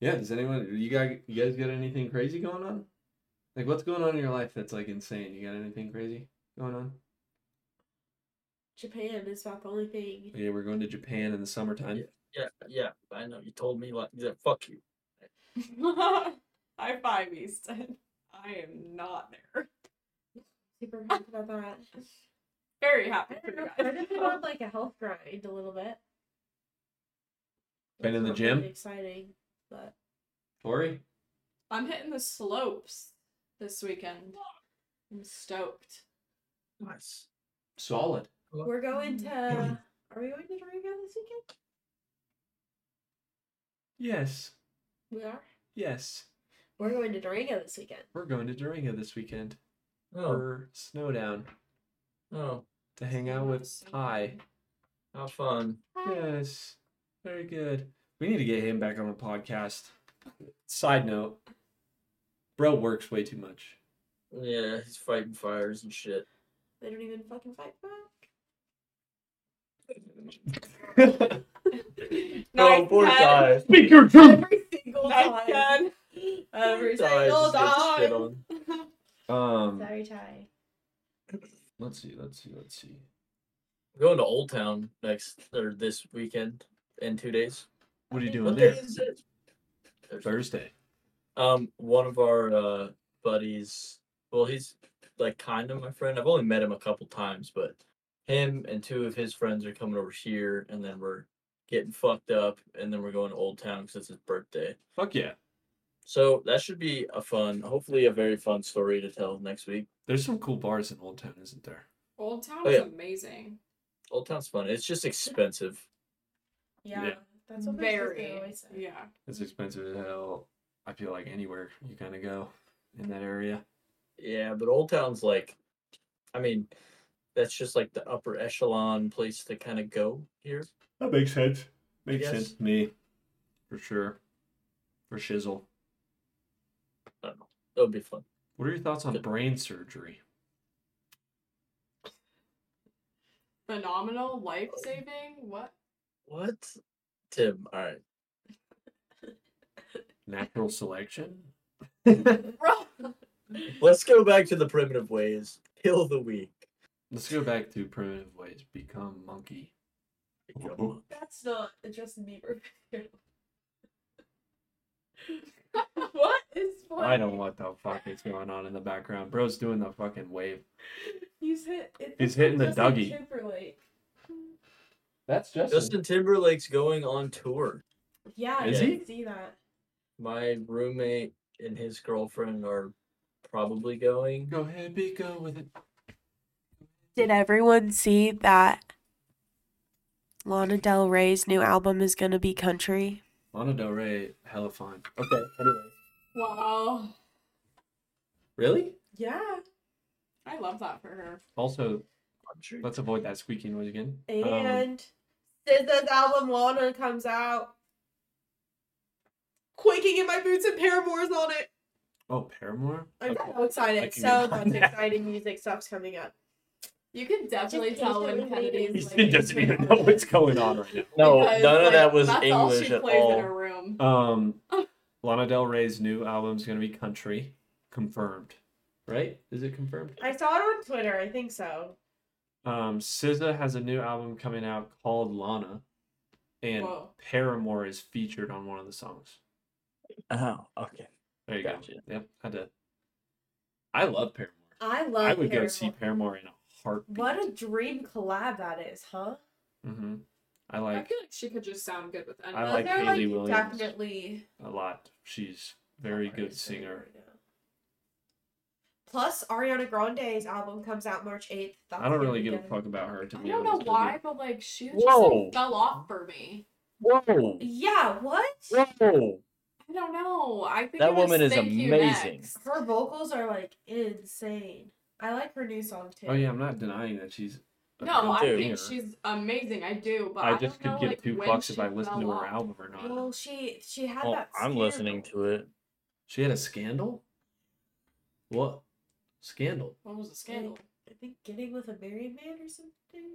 Speaker 1: Yeah, does anyone you got you guys got anything crazy going on? Like what's going on in your life that's like insane? You got anything crazy going on?
Speaker 3: Japan is about the only thing.
Speaker 1: Yeah, we're going to Japan in the summertime.
Speaker 2: Yeah, yeah, I know. You told me like, yeah, fuck you.
Speaker 4: High five, Easton. I am not there.
Speaker 3: Super hyped about that.
Speaker 4: Very
Speaker 3: I
Speaker 4: happy for
Speaker 3: don't know. Kind
Speaker 4: you
Speaker 3: of been
Speaker 4: guys.
Speaker 3: on like a health grind a little bit.
Speaker 1: Been
Speaker 3: It's
Speaker 1: in the
Speaker 3: not really
Speaker 1: gym?
Speaker 3: Exciting, but
Speaker 1: Tori?
Speaker 4: I'm hitting the slopes this weekend. I'm stoked.
Speaker 2: Nice.
Speaker 1: Solid.
Speaker 3: we're going to. Are we going to Durango this weekend?
Speaker 1: Yes.
Speaker 3: We are.
Speaker 1: Yes.
Speaker 3: We're going to Durango this weekend.
Speaker 1: We're going to Durango this weekend
Speaker 2: Oh,
Speaker 1: for Snowdown
Speaker 2: oh,
Speaker 1: to hang out with Pi.
Speaker 2: how fun.
Speaker 1: Yes. Very good. We need to get him back on the podcast. Side note. Bro works way too much.
Speaker 2: Yeah, he's fighting fires and shit.
Speaker 3: They don't even fucking fight back.
Speaker 2: oh, poor
Speaker 4: Ken.
Speaker 2: guy.
Speaker 1: Speak your
Speaker 3: Every single
Speaker 4: Nice,
Speaker 3: time.
Speaker 4: Ken.
Speaker 3: Every
Speaker 2: Poor guy
Speaker 3: single
Speaker 2: just gets shit
Speaker 3: time.
Speaker 2: on.
Speaker 1: Um
Speaker 3: Sorry, Ty.
Speaker 1: let's see, let's see, let's see.
Speaker 2: I'm going to Old Town next or this weekend in two days.
Speaker 1: What are you doing
Speaker 2: What
Speaker 1: there?
Speaker 2: day is it? Thursday.
Speaker 1: Thursday.
Speaker 2: Um, one of our uh buddies. Well, he's like kind of my friend. I've only met him a couple times, but him and two of his friends are coming over here, and then we're getting fucked up, and then we're going to Old Town because it's his birthday.
Speaker 1: Fuck yeah.
Speaker 2: So that should be a fun, hopefully a very fun story to tell next week.
Speaker 1: There's some cool bars in Old Town, isn't there?
Speaker 4: Old Town
Speaker 2: Oh,
Speaker 4: is
Speaker 2: yeah.
Speaker 4: amazing.
Speaker 2: Old Town's fun. It's just expensive.
Speaker 3: Yeah,
Speaker 1: Yeah.
Speaker 3: that's what my sister
Speaker 4: Very.
Speaker 3: always said.
Speaker 4: Yeah.
Speaker 1: It's expensive as hell. I feel like anywhere you kind of go in that area.
Speaker 2: Yeah, but Old Town's like
Speaker 5: I mean, that's just like the upper echelon place to kind of go here.
Speaker 1: That makes sense. Makes
Speaker 5: guess.
Speaker 1: sense to me. For sure. For shizzle.
Speaker 5: That would be fun.
Speaker 1: What are your thoughts on
Speaker 5: Good.
Speaker 1: brain surgery?
Speaker 4: Phenomenal, life
Speaker 2: Oh.
Speaker 4: saving. What?
Speaker 5: What? Tim, all right.
Speaker 1: Natural selection?
Speaker 4: Bro.
Speaker 5: Let's go back to the primitive ways. Kill the weak.
Speaker 1: Let's go back to primitive ways. Become monkey.
Speaker 5: Become-
Speaker 3: That's not a Justin Bieber. video.
Speaker 4: what is funny?
Speaker 1: I don't know what the fuck is going on in the background. Bro's doing the fucking wave.
Speaker 3: He's hit. It,
Speaker 1: He's hitting the
Speaker 3: Justin
Speaker 1: Dougie.
Speaker 3: Timberlake.
Speaker 1: That's Justin.
Speaker 5: Justin Timberlake's going on tour.
Speaker 3: Yeah, I
Speaker 1: Is
Speaker 3: didn't
Speaker 1: he?
Speaker 3: see that.
Speaker 5: My roommate and his girlfriend are probably going.
Speaker 1: Go ahead, be go with it.
Speaker 3: Did everyone see that Lana Del Rey's new album is gonna be country?
Speaker 1: Lana Del Rey, hella fine. Okay, anyway.
Speaker 4: Wow.
Speaker 1: Really?
Speaker 3: Yeah.
Speaker 4: I love that for her.
Speaker 1: Also,
Speaker 5: Country.
Speaker 1: let's avoid that squeaky noise again. Um,
Speaker 3: And SZA's album Lana comes out. Quaking in my boots and Paramore's on it.
Speaker 1: oh, Paramore?
Speaker 3: I'm
Speaker 1: Okay.
Speaker 3: so
Speaker 1: I
Speaker 3: excited.
Speaker 1: can
Speaker 3: So
Speaker 1: get
Speaker 3: much
Speaker 1: behind that.
Speaker 3: exciting music stuff's coming up.
Speaker 4: You can definitely tell when
Speaker 3: patiently waiting.
Speaker 4: Kennedy's like.
Speaker 1: He doesn't even know what's going on right now.
Speaker 2: No,
Speaker 4: because,
Speaker 2: none of
Speaker 4: like,
Speaker 2: that was
Speaker 4: that's all
Speaker 2: English
Speaker 4: she
Speaker 2: at
Speaker 4: plays
Speaker 2: all. Oh,
Speaker 4: In her room.
Speaker 1: Um, Lana Del Rey's new album's gonna be country, confirmed, right? Is it confirmed?
Speaker 3: I saw it on Twitter. I think so.
Speaker 1: Um, SZA has a new album coming out called Lana, and
Speaker 4: Whoa.
Speaker 1: Paramore is featured on one of the songs.
Speaker 2: Oh, okay.
Speaker 1: There you
Speaker 2: Gotcha.
Speaker 1: go. Yep, I did. I love Paramore.
Speaker 3: I love.
Speaker 1: I would go
Speaker 3: Paramore.
Speaker 1: see Paramore in a heartbeat.
Speaker 3: What a dream collab that is, huh?
Speaker 1: hmm I
Speaker 4: I
Speaker 1: like
Speaker 4: feel like she could just sound good with anyone.
Speaker 1: I like
Speaker 3: Those are,
Speaker 1: Hayley Williams.
Speaker 3: Definitely
Speaker 1: a lot. She's very
Speaker 3: Oh,
Speaker 1: good
Speaker 3: it's very
Speaker 1: singer.
Speaker 3: good, yeah. Plus, Ariana Grande's album comes out March eighth.
Speaker 1: I don't really give a fuck about her. To
Speaker 4: I
Speaker 1: be
Speaker 4: don't
Speaker 1: honest
Speaker 4: know
Speaker 1: with you.
Speaker 4: why, but like she just
Speaker 2: Whoa.
Speaker 4: like, fell off for me.
Speaker 2: Whoa.
Speaker 3: Yeah, what?
Speaker 2: Whoa.
Speaker 4: I don't know. I think
Speaker 2: That
Speaker 4: I'm gonna
Speaker 2: woman is
Speaker 4: thank you
Speaker 2: amazing.
Speaker 4: next.
Speaker 3: Her vocals are like insane. I like her new song too.
Speaker 1: Oh yeah, I'm not denying that she's. a
Speaker 4: No,
Speaker 1: good
Speaker 4: I
Speaker 2: too.
Speaker 4: think
Speaker 1: singer.
Speaker 4: she's amazing. I do, but
Speaker 1: I
Speaker 4: don't
Speaker 1: just could
Speaker 4: know,
Speaker 1: give
Speaker 4: like,
Speaker 1: two
Speaker 4: when
Speaker 1: fucks if
Speaker 4: she
Speaker 1: I listened to
Speaker 4: fell
Speaker 1: her
Speaker 4: off.
Speaker 1: album or not.
Speaker 3: Well, she she had
Speaker 2: Well,
Speaker 3: that.
Speaker 2: I'm listening
Speaker 3: scandal.
Speaker 2: to it.
Speaker 1: She had a scandal. What scandal?
Speaker 4: What was the scandal?
Speaker 3: I think getting with a married man or something.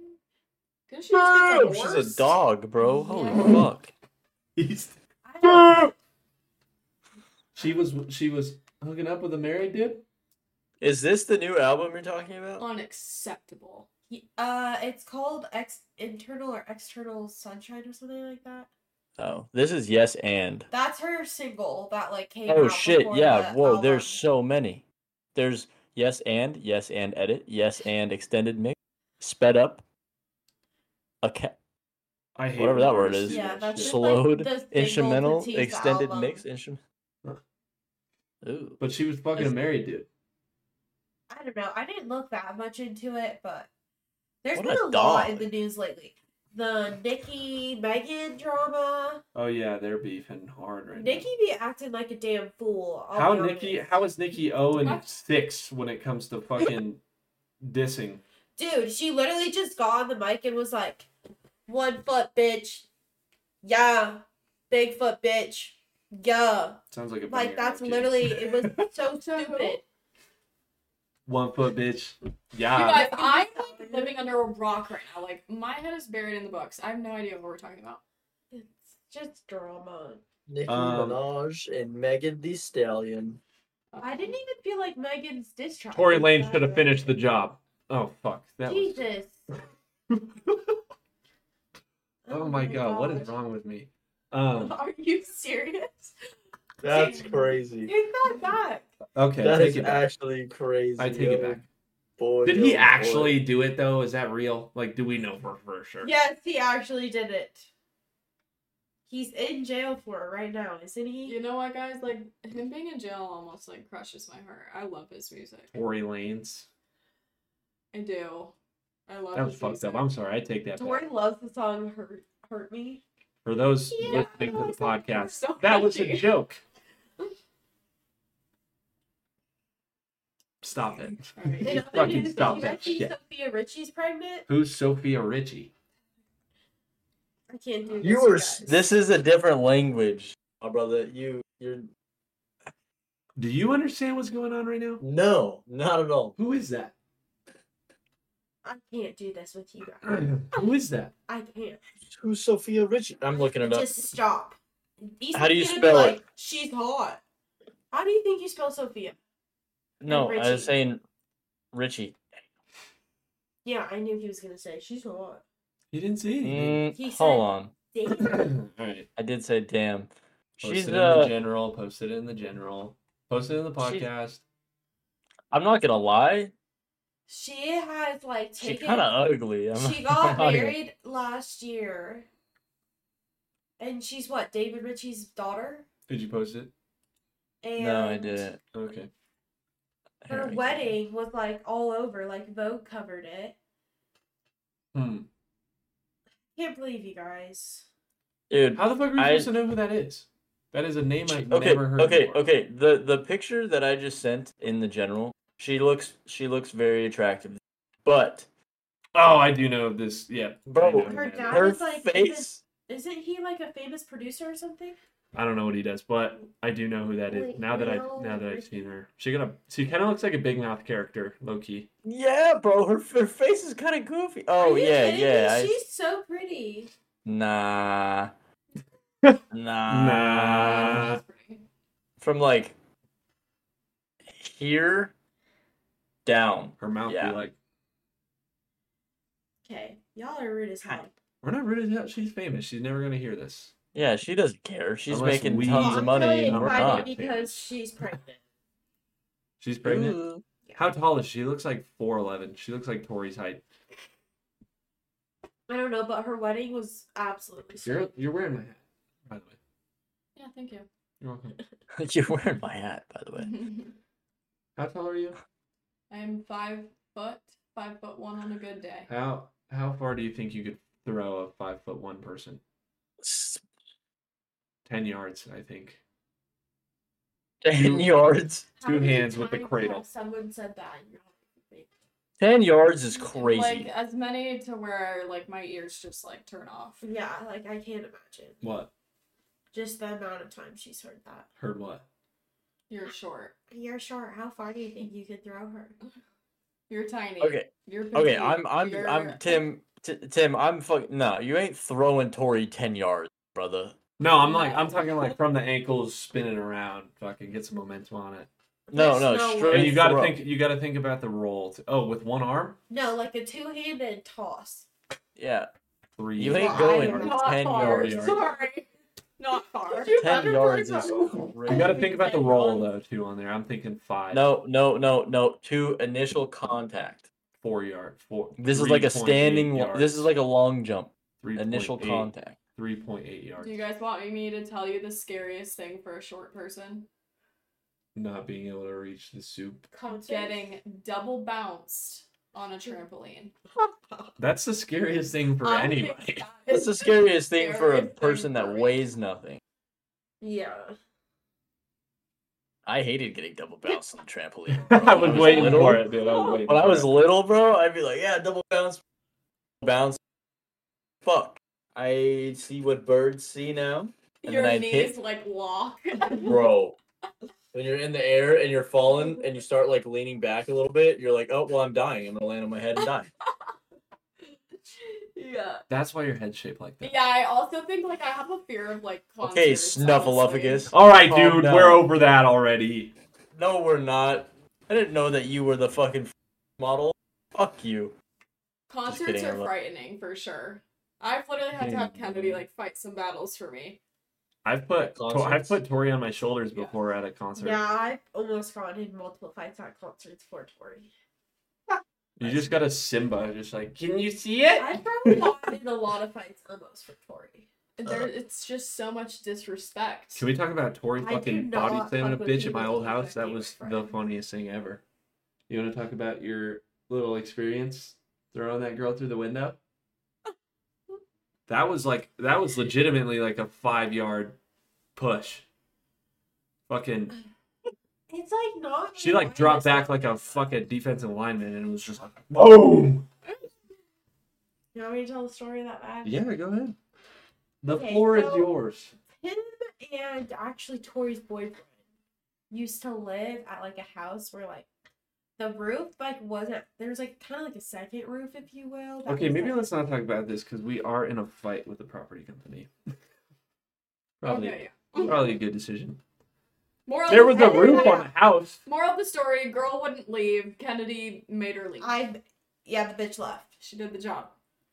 Speaker 4: Didn't she just get
Speaker 2: She's
Speaker 4: divorced?
Speaker 2: a dog, bro. Holy
Speaker 4: Yeah.
Speaker 2: fuck.
Speaker 1: He's.
Speaker 3: I don't.
Speaker 1: She was. She was hooking up with a married dude.
Speaker 2: Is this the new album you're talking about?
Speaker 4: Unacceptable.
Speaker 3: Ye- Uh, it's called ex internal or external sunshine or something like that.
Speaker 2: Oh, this is Yes and.
Speaker 3: That's her single that like came.
Speaker 2: Oh
Speaker 3: out
Speaker 2: shit,
Speaker 3: before
Speaker 2: yeah.
Speaker 3: the
Speaker 2: Whoa, there's
Speaker 3: album.
Speaker 2: so many. There's Yes and, Yes and edit, Yes and extended mix, sped up, a ca-
Speaker 1: I hate
Speaker 2: Whatever
Speaker 1: when
Speaker 2: that
Speaker 1: artists
Speaker 2: word is.
Speaker 1: do
Speaker 3: Yeah,
Speaker 1: that
Speaker 3: that's
Speaker 1: shit.
Speaker 3: just like
Speaker 2: slowed,
Speaker 3: the single to
Speaker 2: instrumental,
Speaker 3: tease the
Speaker 2: extended
Speaker 3: album.
Speaker 2: mix, instrument. Ooh.
Speaker 1: But she was fucking a
Speaker 2: Is-
Speaker 1: married dude.
Speaker 3: I don't know. I didn't look that much into it, but there's
Speaker 2: What
Speaker 3: been
Speaker 2: a
Speaker 3: a, lot in
Speaker 2: dog.
Speaker 3: the news lately. The Nikki Megan drama.
Speaker 1: Oh yeah, they're beefing hard right
Speaker 3: Nikki be acting like a damn fool.
Speaker 1: now.
Speaker 3: I'll
Speaker 1: How
Speaker 3: be
Speaker 1: Nikki?
Speaker 3: honest.
Speaker 1: How is Nikki zero and
Speaker 4: What?
Speaker 1: six when it comes to fucking dissing?
Speaker 3: Dude, she literally just got on the mic and was like, "One foot, bitch. Yeah, big foot, bitch. Yeah."
Speaker 1: Sounds like a
Speaker 3: Like
Speaker 1: banger,
Speaker 3: that's
Speaker 1: okay.
Speaker 3: literally it was so
Speaker 4: To who?
Speaker 3: stupid.
Speaker 1: one foot bitch.
Speaker 4: You
Speaker 1: Yeah.
Speaker 4: guys, I'm like, living under a rock right now. Like my head is buried in the books. I have no idea what we're talking about.
Speaker 3: It's just drama.
Speaker 5: Nicki
Speaker 1: Um,
Speaker 5: Minaj and Megan Thee Stallion.
Speaker 3: I didn't even feel like Megan's diss track.
Speaker 1: Tory
Speaker 3: was
Speaker 1: Lane
Speaker 3: that
Speaker 1: should have
Speaker 3: bad.
Speaker 1: finished the job. Oh fuck. That was
Speaker 3: Jesus.
Speaker 1: Oh my god, what is
Speaker 3: gosh.
Speaker 1: wrong with me? Um
Speaker 3: Are you serious?
Speaker 5: That's crazy.
Speaker 3: Take that back.
Speaker 1: okay,
Speaker 5: That
Speaker 1: take
Speaker 5: is
Speaker 1: it back.
Speaker 5: actually crazy.
Speaker 1: I take it
Speaker 5: oh
Speaker 1: back.
Speaker 5: Boy,
Speaker 1: Did he
Speaker 5: oh boy.
Speaker 1: actually do it though? Is that real? Like do we know for, for sure?
Speaker 3: Yes, he actually did it. He's in jail for it right now, isn't he?
Speaker 4: You know what, guys? Like him being in jail almost like crushes my heart. I love his music.
Speaker 1: Tory Lanes.
Speaker 4: I do. I love.
Speaker 1: That was
Speaker 4: his
Speaker 1: fucked up.
Speaker 4: music.
Speaker 1: I'm sorry, I take that back.
Speaker 3: Tory loves the song Hurt Hurt Me.
Speaker 1: For those
Speaker 4: Yeah,
Speaker 1: listening to
Speaker 4: that
Speaker 1: the
Speaker 4: was like-
Speaker 1: podcast.
Speaker 4: so
Speaker 1: that was a
Speaker 4: catchy.
Speaker 1: joke. Stop it.
Speaker 4: Alright.
Speaker 1: Fucking stop that
Speaker 3: see
Speaker 1: shit.
Speaker 3: Sophia Richie's pregnant?
Speaker 1: Who's Sophia Richie?
Speaker 3: I can't do this.
Speaker 5: You were
Speaker 3: guys.
Speaker 5: s-
Speaker 2: This is a different language.
Speaker 5: My brother, you you're
Speaker 1: Do you understand what's going on right now?
Speaker 5: no, not at all.
Speaker 1: Who is that?
Speaker 3: I can't do this with you guys.
Speaker 1: Who is that?
Speaker 3: I can't.
Speaker 5: Who's Sophia Richie? I'm looking it up.
Speaker 3: Just stop. Ethan's
Speaker 2: How do you
Speaker 3: gonna be
Speaker 2: spell it?
Speaker 3: like, She's hot. How do you think you spell Sophia?
Speaker 2: No, I
Speaker 3: Richie.
Speaker 2: was saying Richie.
Speaker 3: Yeah, I knew he was gonna say she's hot.
Speaker 1: You didn't say anything.
Speaker 2: Mm,
Speaker 3: He
Speaker 2: hold
Speaker 3: said-
Speaker 2: on.
Speaker 3: Damn.
Speaker 1: All right.
Speaker 2: I did say
Speaker 5: Oh,
Speaker 2: damn.
Speaker 1: Post
Speaker 2: Mm. She's
Speaker 1: it in the
Speaker 2: uh,
Speaker 1: general. Post it in the general. Post it in the
Speaker 2: She-
Speaker 1: podcast.
Speaker 2: I'm not gonna lie.
Speaker 3: she has like
Speaker 2: She
Speaker 3: taken.
Speaker 2: kind of ugly. I'm
Speaker 3: she got
Speaker 2: not gonna-
Speaker 3: married last year, and she's what David Ritchie's daughter.
Speaker 1: Did you post it?
Speaker 3: And
Speaker 2: No, I didn't.
Speaker 1: Okay.
Speaker 2: Here, I
Speaker 3: Her
Speaker 2: can-
Speaker 3: wedding was like all over, like Vogue covered it.
Speaker 1: Hmm.
Speaker 3: Can't believe you guys.
Speaker 2: Dude,
Speaker 1: How the fuck are you
Speaker 2: I-
Speaker 1: supposed to know who that is? That is a name
Speaker 2: She-
Speaker 1: I've
Speaker 2: okay,
Speaker 1: never heard.
Speaker 2: okay,
Speaker 1: before.
Speaker 2: okay. The the picture that I just sent in the general, she looks she looks very attractive, but
Speaker 1: Oh, I do know of this. Yeah.
Speaker 2: Bro.
Speaker 1: I, know
Speaker 3: Her
Speaker 1: him.
Speaker 3: dad-
Speaker 2: her
Speaker 3: was like, even-
Speaker 2: face.
Speaker 3: Isn't he like a famous producer or something?
Speaker 1: I don't know what he does, but I do know who that is.
Speaker 3: Wait,
Speaker 1: now that I
Speaker 3: no,
Speaker 1: now that I've
Speaker 3: Rich-
Speaker 1: seen her, she got a she kind of looks like a big mouth character, low key.
Speaker 2: Yeah, bro, her her face is kind of goofy. Oh
Speaker 3: Are you
Speaker 2: yeah,
Speaker 3: kidding me?
Speaker 2: yeah. I-
Speaker 3: She's so pretty.
Speaker 2: Nah. nah.
Speaker 1: Nah.
Speaker 4: That's pretty.
Speaker 2: From like here down.
Speaker 1: Her mouth
Speaker 2: Yeah.
Speaker 1: be like,
Speaker 3: Okay, y'all are rude as hell.
Speaker 1: "We're not really that. She's famous. She's never gonna hear this."
Speaker 2: Yeah, she doesn't care. She's
Speaker 1: Unless
Speaker 2: making
Speaker 1: we-
Speaker 2: tons
Speaker 1: Oh,
Speaker 2: of
Speaker 1: I'm
Speaker 2: money
Speaker 3: I'm
Speaker 2: and
Speaker 3: so
Speaker 2: we're
Speaker 3: excited
Speaker 2: not.
Speaker 1: not.
Speaker 3: because she's pregnant.
Speaker 1: She's pregnant.
Speaker 2: Ooh.
Speaker 1: How tall is she? She Looks like four eleven. She looks like Tori's height.
Speaker 3: I don't know, but her wedding was absolutely.
Speaker 1: You're
Speaker 3: sweet.
Speaker 1: you're wearing my hat, by the way.
Speaker 4: Yeah, thank you.
Speaker 1: You're welcome.
Speaker 2: You're wearing my hat, by the way.
Speaker 1: How tall are you?
Speaker 4: I'm five foot, five foot one on a good day.
Speaker 1: How how far do you think you could throw a five foot one person?
Speaker 4: Mm-hmm.
Speaker 2: S-
Speaker 1: Ten yards, I think.
Speaker 2: Ten yards.
Speaker 3: How
Speaker 1: two
Speaker 3: many
Speaker 1: hands with the
Speaker 3: times
Speaker 1: cradle.
Speaker 3: have Someone said that. in your life?
Speaker 2: Ten yards is
Speaker 4: Like
Speaker 2: crazy.
Speaker 4: as many to where like my ears just like turn off.
Speaker 3: Yeah, like I can't imagine.
Speaker 1: What?
Speaker 3: Just the amount of times she's heard that.
Speaker 1: Heard what?
Speaker 4: You're short.
Speaker 3: You're sure. How far do you think you could throw her?
Speaker 4: You're tiny.
Speaker 2: Okay.
Speaker 4: You're
Speaker 2: Okay,
Speaker 4: petite.
Speaker 2: I'm I'm
Speaker 4: You're-
Speaker 2: I'm Tim T- Tim, I'm fuck no, you ain't throwing Tori ten yards, brother.
Speaker 1: No, I'm like I'm talking like from the ankles, spinning around, fucking get some momentum on it.
Speaker 2: No,
Speaker 3: There's
Speaker 2: no,
Speaker 3: no way.
Speaker 2: straight
Speaker 1: And you gotta
Speaker 2: throw.
Speaker 1: think you gotta think about the roll. t- oh, with one arm,
Speaker 3: No, like a two-handed toss.
Speaker 2: Yeah.
Speaker 1: three.
Speaker 2: You
Speaker 3: Well,
Speaker 2: ain't
Speaker 3: I
Speaker 2: going
Speaker 3: don't
Speaker 4: know.
Speaker 2: ten
Speaker 4: Not
Speaker 2: yards.
Speaker 1: yards.
Speaker 4: Sorry. Not far.
Speaker 2: Ten yards is
Speaker 1: You
Speaker 2: crazy.
Speaker 1: gotta think about the roll though too on there. I'm thinking five,
Speaker 2: No, no, no, no. To initial contact.
Speaker 1: four yard, four.
Speaker 2: This is like a
Speaker 1: 3.8
Speaker 2: standing. lo-
Speaker 1: yards,
Speaker 2: This is like a long jump.
Speaker 1: 3.8
Speaker 2: Initial contact.
Speaker 1: Three point eight yards.
Speaker 4: Do you guys want me to tell you the scariest thing for a short person?
Speaker 1: Not being able to reach the soup.
Speaker 4: Getting double bounced on a trampoline.
Speaker 1: That's the scariest thing for
Speaker 4: I think
Speaker 1: anybody.
Speaker 4: that
Speaker 2: That's
Speaker 4: is
Speaker 2: the scariest thing for a
Speaker 4: scariest thing
Speaker 2: person that
Speaker 4: for me.
Speaker 2: weighs nothing.
Speaker 3: Yeah.
Speaker 2: I hated getting double bounced on the trampoline.
Speaker 1: I
Speaker 2: When
Speaker 1: was
Speaker 2: I
Speaker 1: waiting
Speaker 2: little-
Speaker 1: for it, dude. I was waiting.
Speaker 2: When I
Speaker 1: for
Speaker 2: was
Speaker 1: it.
Speaker 2: little, bro, I'd be like, yeah, double bounce, bounce. Fuck.
Speaker 5: I see what birds see now.
Speaker 2: And
Speaker 4: Your
Speaker 2: then I'd
Speaker 4: knees
Speaker 2: hit-
Speaker 4: like lock.
Speaker 5: Bro. When you're in the air and you're falling and you start like leaning back a little bit, you're like, oh well I'm dying. I'm gonna land on my head and die.
Speaker 4: yeah.
Speaker 1: That's why your head's shaped like that.
Speaker 4: Yeah, I also think like I have a fear of like concerts.
Speaker 2: Okay,
Speaker 4: honestly.
Speaker 2: snuffleupagus.
Speaker 1: All right,
Speaker 2: Calm
Speaker 1: dude.
Speaker 2: down.
Speaker 1: We're over that already.
Speaker 2: No, we're not. I didn't know that you were the fucking model. Fuck you.
Speaker 4: Concerts
Speaker 2: kidding, I
Speaker 4: are
Speaker 2: love-
Speaker 4: frightening for sure. I've literally had to have
Speaker 1: Damn.
Speaker 4: Kennedy like fight some battles for me.
Speaker 1: I've put to- I've
Speaker 5: Concerts.
Speaker 1: put Tori on my shoulders
Speaker 4: Yeah.
Speaker 1: before at a concert.
Speaker 3: Yeah, I've almost gotten in multiple fights at concerts for Tori.
Speaker 1: You just got a Simba, just like, can you see it?
Speaker 3: I've probably gotten in a lot of fights almost for Tori.
Speaker 4: There, it's just so much disrespect.
Speaker 1: Can we talk about Tori
Speaker 3: I do
Speaker 1: fucking
Speaker 3: not
Speaker 1: body slamming a
Speaker 3: fuck with
Speaker 1: bitch at
Speaker 3: people
Speaker 1: my
Speaker 3: who
Speaker 1: old
Speaker 3: look
Speaker 1: house?
Speaker 3: like
Speaker 1: That
Speaker 3: me,
Speaker 1: was
Speaker 3: my
Speaker 1: the
Speaker 3: friend.
Speaker 1: funniest thing ever. You want to talk about your little experience throwing that girl through the window? That was like that was legitimately like a five yard push. Fucking
Speaker 3: It's like not.
Speaker 1: She like dropped back like a fucking defensive lineman and was just like,
Speaker 5: Boom.
Speaker 3: You want me to tell the story of that bad?
Speaker 1: yeah, go ahead. The
Speaker 3: Okay,
Speaker 1: floor is
Speaker 3: so-
Speaker 1: yours.
Speaker 3: him and actually Tori's boyfriend used to live at like a house where like the roof like wasn't there was like kind of like a second roof if you will. that
Speaker 1: Okay,
Speaker 3: was,
Speaker 1: maybe
Speaker 3: like-
Speaker 1: let's not talk about this because we are in a fight with the property company. probably,
Speaker 4: Okay, Oh, yeah.
Speaker 1: probably a good decision.
Speaker 4: Moral
Speaker 1: There was
Speaker 4: the
Speaker 1: a roof on the house.
Speaker 4: moral of the story: girl wouldn't leave. Kennedy made her leave.
Speaker 3: I yeah the bitch left.
Speaker 4: She did the job.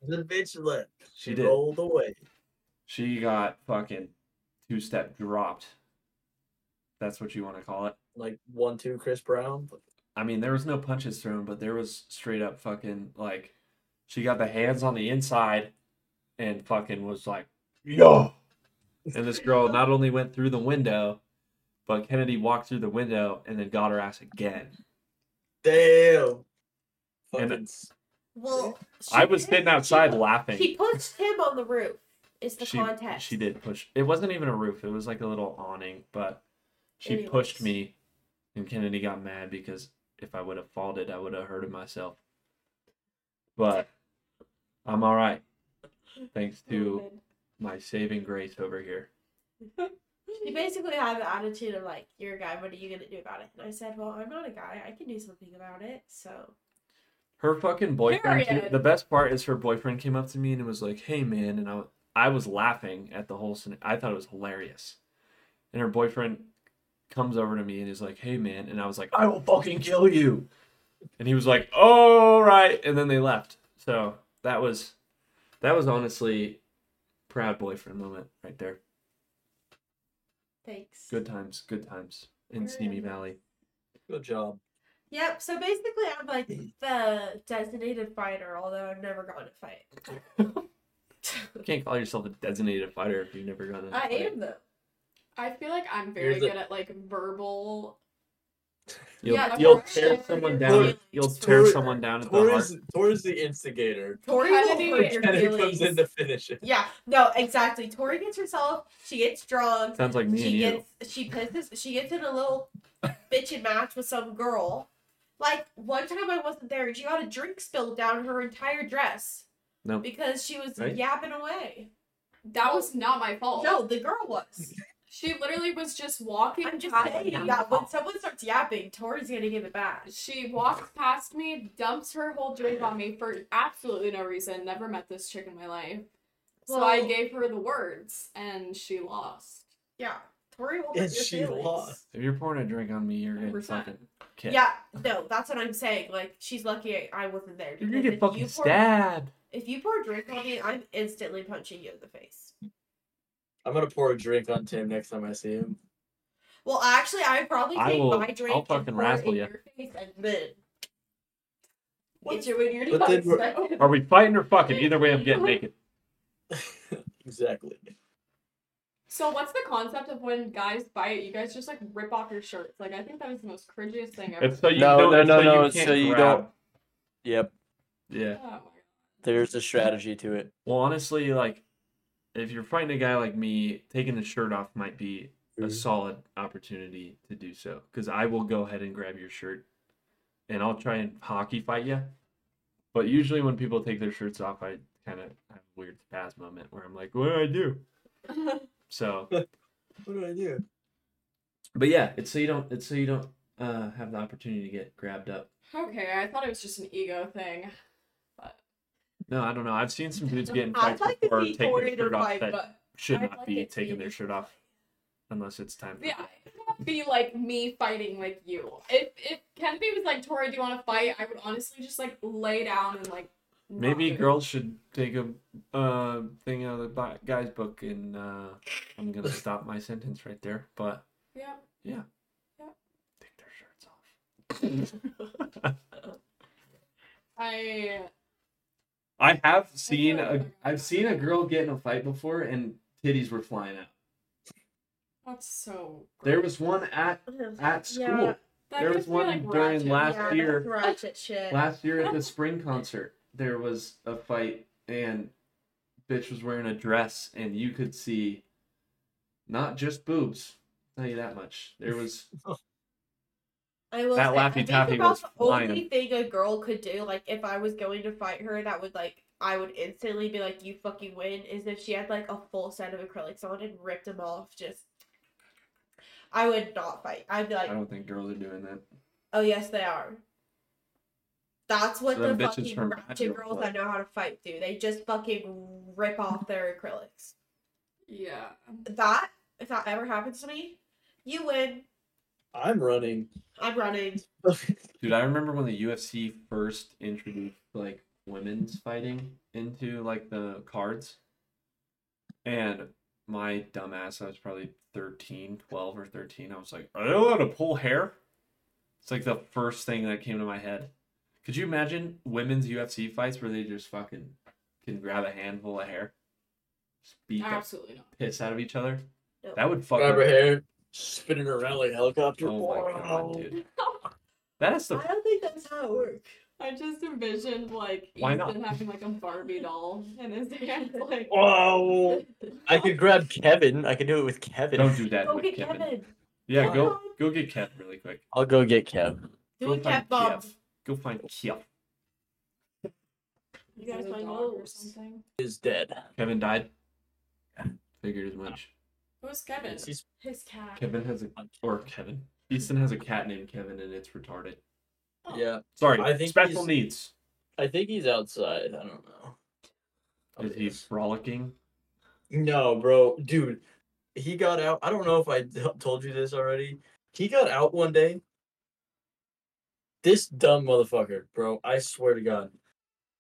Speaker 5: The bitch left.
Speaker 1: She did.
Speaker 5: rolled away.
Speaker 1: She got fucking two step dropped. That's what you want to call it.
Speaker 5: Like one, two, Chris Brown.
Speaker 1: I mean, there was no punches thrown, but there was straight up fucking like she got the hands on the inside and fucking was like, yo. And this girl not only went through the window, but Kennedy walked through the window and then got her ass again.
Speaker 5: Damn.
Speaker 1: And-
Speaker 5: Fucking s-
Speaker 3: Well, she
Speaker 1: I was
Speaker 3: did-
Speaker 1: sitting outside
Speaker 3: she,
Speaker 1: laughing.
Speaker 3: She pushed him on the roof. Is the
Speaker 1: she,
Speaker 3: context?
Speaker 1: she did push. It wasn't even a roof. It was like a little awning, but she pushed
Speaker 3: Anyways.
Speaker 1: me, and Kennedy got mad because if I would have faulted, I would have hurted myself. But I'm all right, thanks to my saving grace over here.
Speaker 3: She basically had the attitude of like, "You're a guy. What are you gonna do about it?" And I said, "Well, I'm not a guy. I can do something about it." So
Speaker 1: Her fucking boyfriend. Too,
Speaker 4: Period.
Speaker 1: the best part is her boyfriend came up to me and was like, "Hey, man," and I w- I was laughing at the whole. scena- I thought it was hilarious, and her boyfriend comes over to me and is like, "Hey, man," and I was like, "I will fucking kill you," and he was like, "All right," and then they left. So that was that was honestly proud boyfriend moment right there.
Speaker 3: thanks.
Speaker 1: Good times, good times in Simi Valley.
Speaker 5: Good job.
Speaker 3: Yep. So basically, I'm like
Speaker 1: Mm.
Speaker 3: the designated fighter, although I've never gotten a fight.
Speaker 1: You can't call yourself a designated fighter if you've never gone. in a
Speaker 3: I
Speaker 1: fight.
Speaker 3: am though.
Speaker 4: I feel like I'm very
Speaker 5: Here's a-
Speaker 4: good at like verbal.
Speaker 1: You'll,
Speaker 4: Yeah,
Speaker 1: you'll
Speaker 4: Tori-
Speaker 1: tear someone down.
Speaker 5: Tori-
Speaker 1: You'll tear
Speaker 5: Tori-
Speaker 1: someone down at the heart.
Speaker 5: Tori's, Tori's the instigator.
Speaker 3: Tori will
Speaker 4: Kennedy
Speaker 3: hurt your
Speaker 5: And it
Speaker 3: feelings.
Speaker 5: comes in to finish it.
Speaker 3: Yeah. No. Exactly. Tori gets herself. She gets drunk.
Speaker 1: Sounds like me and
Speaker 3: she
Speaker 1: you.
Speaker 3: gets she pisses she gets in a little bitchin' match with some girl. Like one time I wasn't there and she got a drink spilled down her entire dress.
Speaker 1: No.
Speaker 3: Because she was
Speaker 1: Right?
Speaker 3: yapping away.
Speaker 4: That was not my fault.
Speaker 3: No, the girl was.
Speaker 4: she literally was just walking.
Speaker 3: I'm just
Speaker 4: past
Speaker 3: saying
Speaker 4: me.
Speaker 3: that when someone starts yapping, Tori's gonna give it back.
Speaker 4: She walks past me, dumps her whole drink on me for absolutely no reason. Never met this chick in my life. so I
Speaker 3: Well-
Speaker 4: gave her the words, and she lost.
Speaker 3: Yeah. Tori will
Speaker 5: And
Speaker 3: hurt your
Speaker 5: she
Speaker 3: feelings.
Speaker 5: lost.
Speaker 1: If you're pouring a drink on me, you're getting
Speaker 4: 100%.
Speaker 1: fucking kicked.
Speaker 3: Yeah, no, that's what I'm saying. Like, she's lucky I- I wasn't there.
Speaker 1: You're gonna
Speaker 3: because
Speaker 1: get
Speaker 3: if
Speaker 1: fucking
Speaker 3: you pour-
Speaker 1: stabbed.
Speaker 3: If you pour drink on me, I'm instantly punching you in the face.
Speaker 5: I'm gonna pour a drink on Tim next time I see him.
Speaker 3: Well, actually, I would probably
Speaker 1: I
Speaker 3: take
Speaker 1: will-
Speaker 3: my drink
Speaker 1: I'll
Speaker 3: and
Speaker 1: fucking
Speaker 3: pour it
Speaker 1: razzle
Speaker 3: in
Speaker 1: ya.
Speaker 3: your face and then
Speaker 4: Get you in your
Speaker 5: But then we're- Oh.
Speaker 4: stomach.
Speaker 1: Are we fighting or fucking? Either way, I'm getting naked.
Speaker 5: Exactly.
Speaker 4: So what's the concept of when guys bite? You guys just like rip off your shirts. Like I think that is the most cringiest thing ever.
Speaker 1: It's so you
Speaker 2: No,
Speaker 1: don't-
Speaker 2: no,
Speaker 1: it's
Speaker 2: no, no,
Speaker 1: you
Speaker 2: it's
Speaker 1: can't
Speaker 2: so you
Speaker 1: grab.
Speaker 2: don't- Yep,
Speaker 1: Yeah.
Speaker 4: Oh my God.
Speaker 2: there's a strategy to it.
Speaker 1: Well, honestly, like if you're fighting a guy like me, taking the shirt off might be a
Speaker 2: Mhm.
Speaker 1: solid opportunity to do so because I will go ahead and grab your shirt, and I'll try and hockey fight you. But usually, when people take their shirts off, I kind of have a weird spaz moment where I'm like, "What do I do?" So,
Speaker 5: What do I do?
Speaker 1: but yeah, it's so you don't, it's so you don't uh, have the opportunity to get grabbed up.
Speaker 4: Okay, I thought it was just an ego thing.
Speaker 1: No, I don't know. I've seen some dudes get in
Speaker 3: I'd
Speaker 1: fights
Speaker 3: like to
Speaker 1: before
Speaker 3: see
Speaker 1: taking
Speaker 3: Tori
Speaker 1: their
Speaker 3: in
Speaker 1: shirt
Speaker 3: a
Speaker 1: off
Speaker 3: fight,
Speaker 1: that
Speaker 4: But
Speaker 1: should
Speaker 3: I'd
Speaker 1: not
Speaker 3: like
Speaker 1: be
Speaker 3: it to
Speaker 1: taking
Speaker 3: be
Speaker 1: their
Speaker 3: in a
Speaker 1: shirt off unless it's time. For
Speaker 4: yeah, it would be like me fighting like you. If if Kennedy was like Tori, do you want to fight? I would honestly just like lay down and like. not
Speaker 1: Maybe
Speaker 4: move.
Speaker 1: girls should take a uh, thing out of the bi- guy's book, and uh, I'm gonna stop my sentence right there. But
Speaker 4: Yeah.
Speaker 1: take their shirts off.
Speaker 4: I
Speaker 1: I have seen a I've seen a girl get in a fight before, and titties were flying out.
Speaker 4: that's so.
Speaker 1: There was one at at school.
Speaker 3: Yeah,
Speaker 4: That
Speaker 1: there
Speaker 4: could
Speaker 1: was
Speaker 4: be,
Speaker 1: one during
Speaker 4: ratchet.
Speaker 1: last
Speaker 3: yeah,
Speaker 1: year-
Speaker 3: that's ratchet shit.
Speaker 1: Last year at the spring concert, there was a fight, and bitch was wearing a dress, and you could see not just boobs. I'll tell you that much. There was
Speaker 3: I will
Speaker 1: That
Speaker 3: say, I
Speaker 1: Laffy
Speaker 3: think
Speaker 1: Taffy
Speaker 3: about
Speaker 1: was
Speaker 3: the
Speaker 1: flying.
Speaker 3: only thing a girl could do, like if I was going to fight her, that would like I would instantly be like, "You fucking win," is if she had like a full set of acrylics on and ripped them off. Just, I would not fight. I'd be like,
Speaker 1: I don't think girls are doing that.
Speaker 3: "Oh yes, they are." That's what
Speaker 1: So
Speaker 3: the
Speaker 1: them bitches
Speaker 3: fucking
Speaker 1: from
Speaker 3: ratchet
Speaker 1: Magic
Speaker 3: girls
Speaker 1: play.
Speaker 3: that know how to fight do. They just fucking rip off their acrylics.
Speaker 4: Yeah.
Speaker 3: That if that ever happens to me, you win.
Speaker 2: I'm running.
Speaker 3: I'm running.
Speaker 1: Dude, I remember when the UFC first introduced like women's fighting into like the cards. And my dumbass, I was probably 13, 12 or 13. I was like, are they allowed to pull hair? It's like the first thing that came to my head. Could you imagine women's UFC fights where they just fucking can grab a handful of hair? Just beat the
Speaker 4: Absolutely not.
Speaker 1: piss out of each other?
Speaker 3: No.
Speaker 1: That would fucking.
Speaker 2: Grab her hair, spinning her around like a helicopter.
Speaker 1: Oh my god, dude. That is the
Speaker 3: I don't think that's how it works.
Speaker 4: I just envisioned like
Speaker 1: Why not?
Speaker 4: Ethan having like a Barbie doll in his hand. Like
Speaker 2: Wow. I could grab Kevin. I could do it with Kevin.
Speaker 1: Don't do that
Speaker 3: Go
Speaker 1: with
Speaker 3: get
Speaker 1: Kevin.
Speaker 3: Kevin.
Speaker 1: Yeah, go
Speaker 3: Wow.
Speaker 1: go get Kev really quick.
Speaker 2: I'll go get Kev.
Speaker 3: Do
Speaker 1: Go
Speaker 3: a cat bomb.
Speaker 1: Kiev. Go find Kiev.
Speaker 3: You guys
Speaker 4: Is it a
Speaker 3: find
Speaker 4: dog or
Speaker 3: those.
Speaker 4: something.
Speaker 2: Is dead.
Speaker 1: Kevin died. Figured as much.
Speaker 4: Who's Kevin?
Speaker 2: He's
Speaker 3: His cat.
Speaker 1: Kevin has a or Kevin. Easton has a cat named Kevin and it's retarded.
Speaker 4: Oh.
Speaker 2: Yeah,
Speaker 1: Sorry,
Speaker 2: I think
Speaker 1: special
Speaker 2: he's-
Speaker 1: needs.
Speaker 2: I think he's outside. I don't know. Oh,
Speaker 1: Is he frolicking?
Speaker 2: No, bro, dude, he got out. I don't know if I t- told you this already. He got out one day. This dumb motherfucker, bro. I swear to God.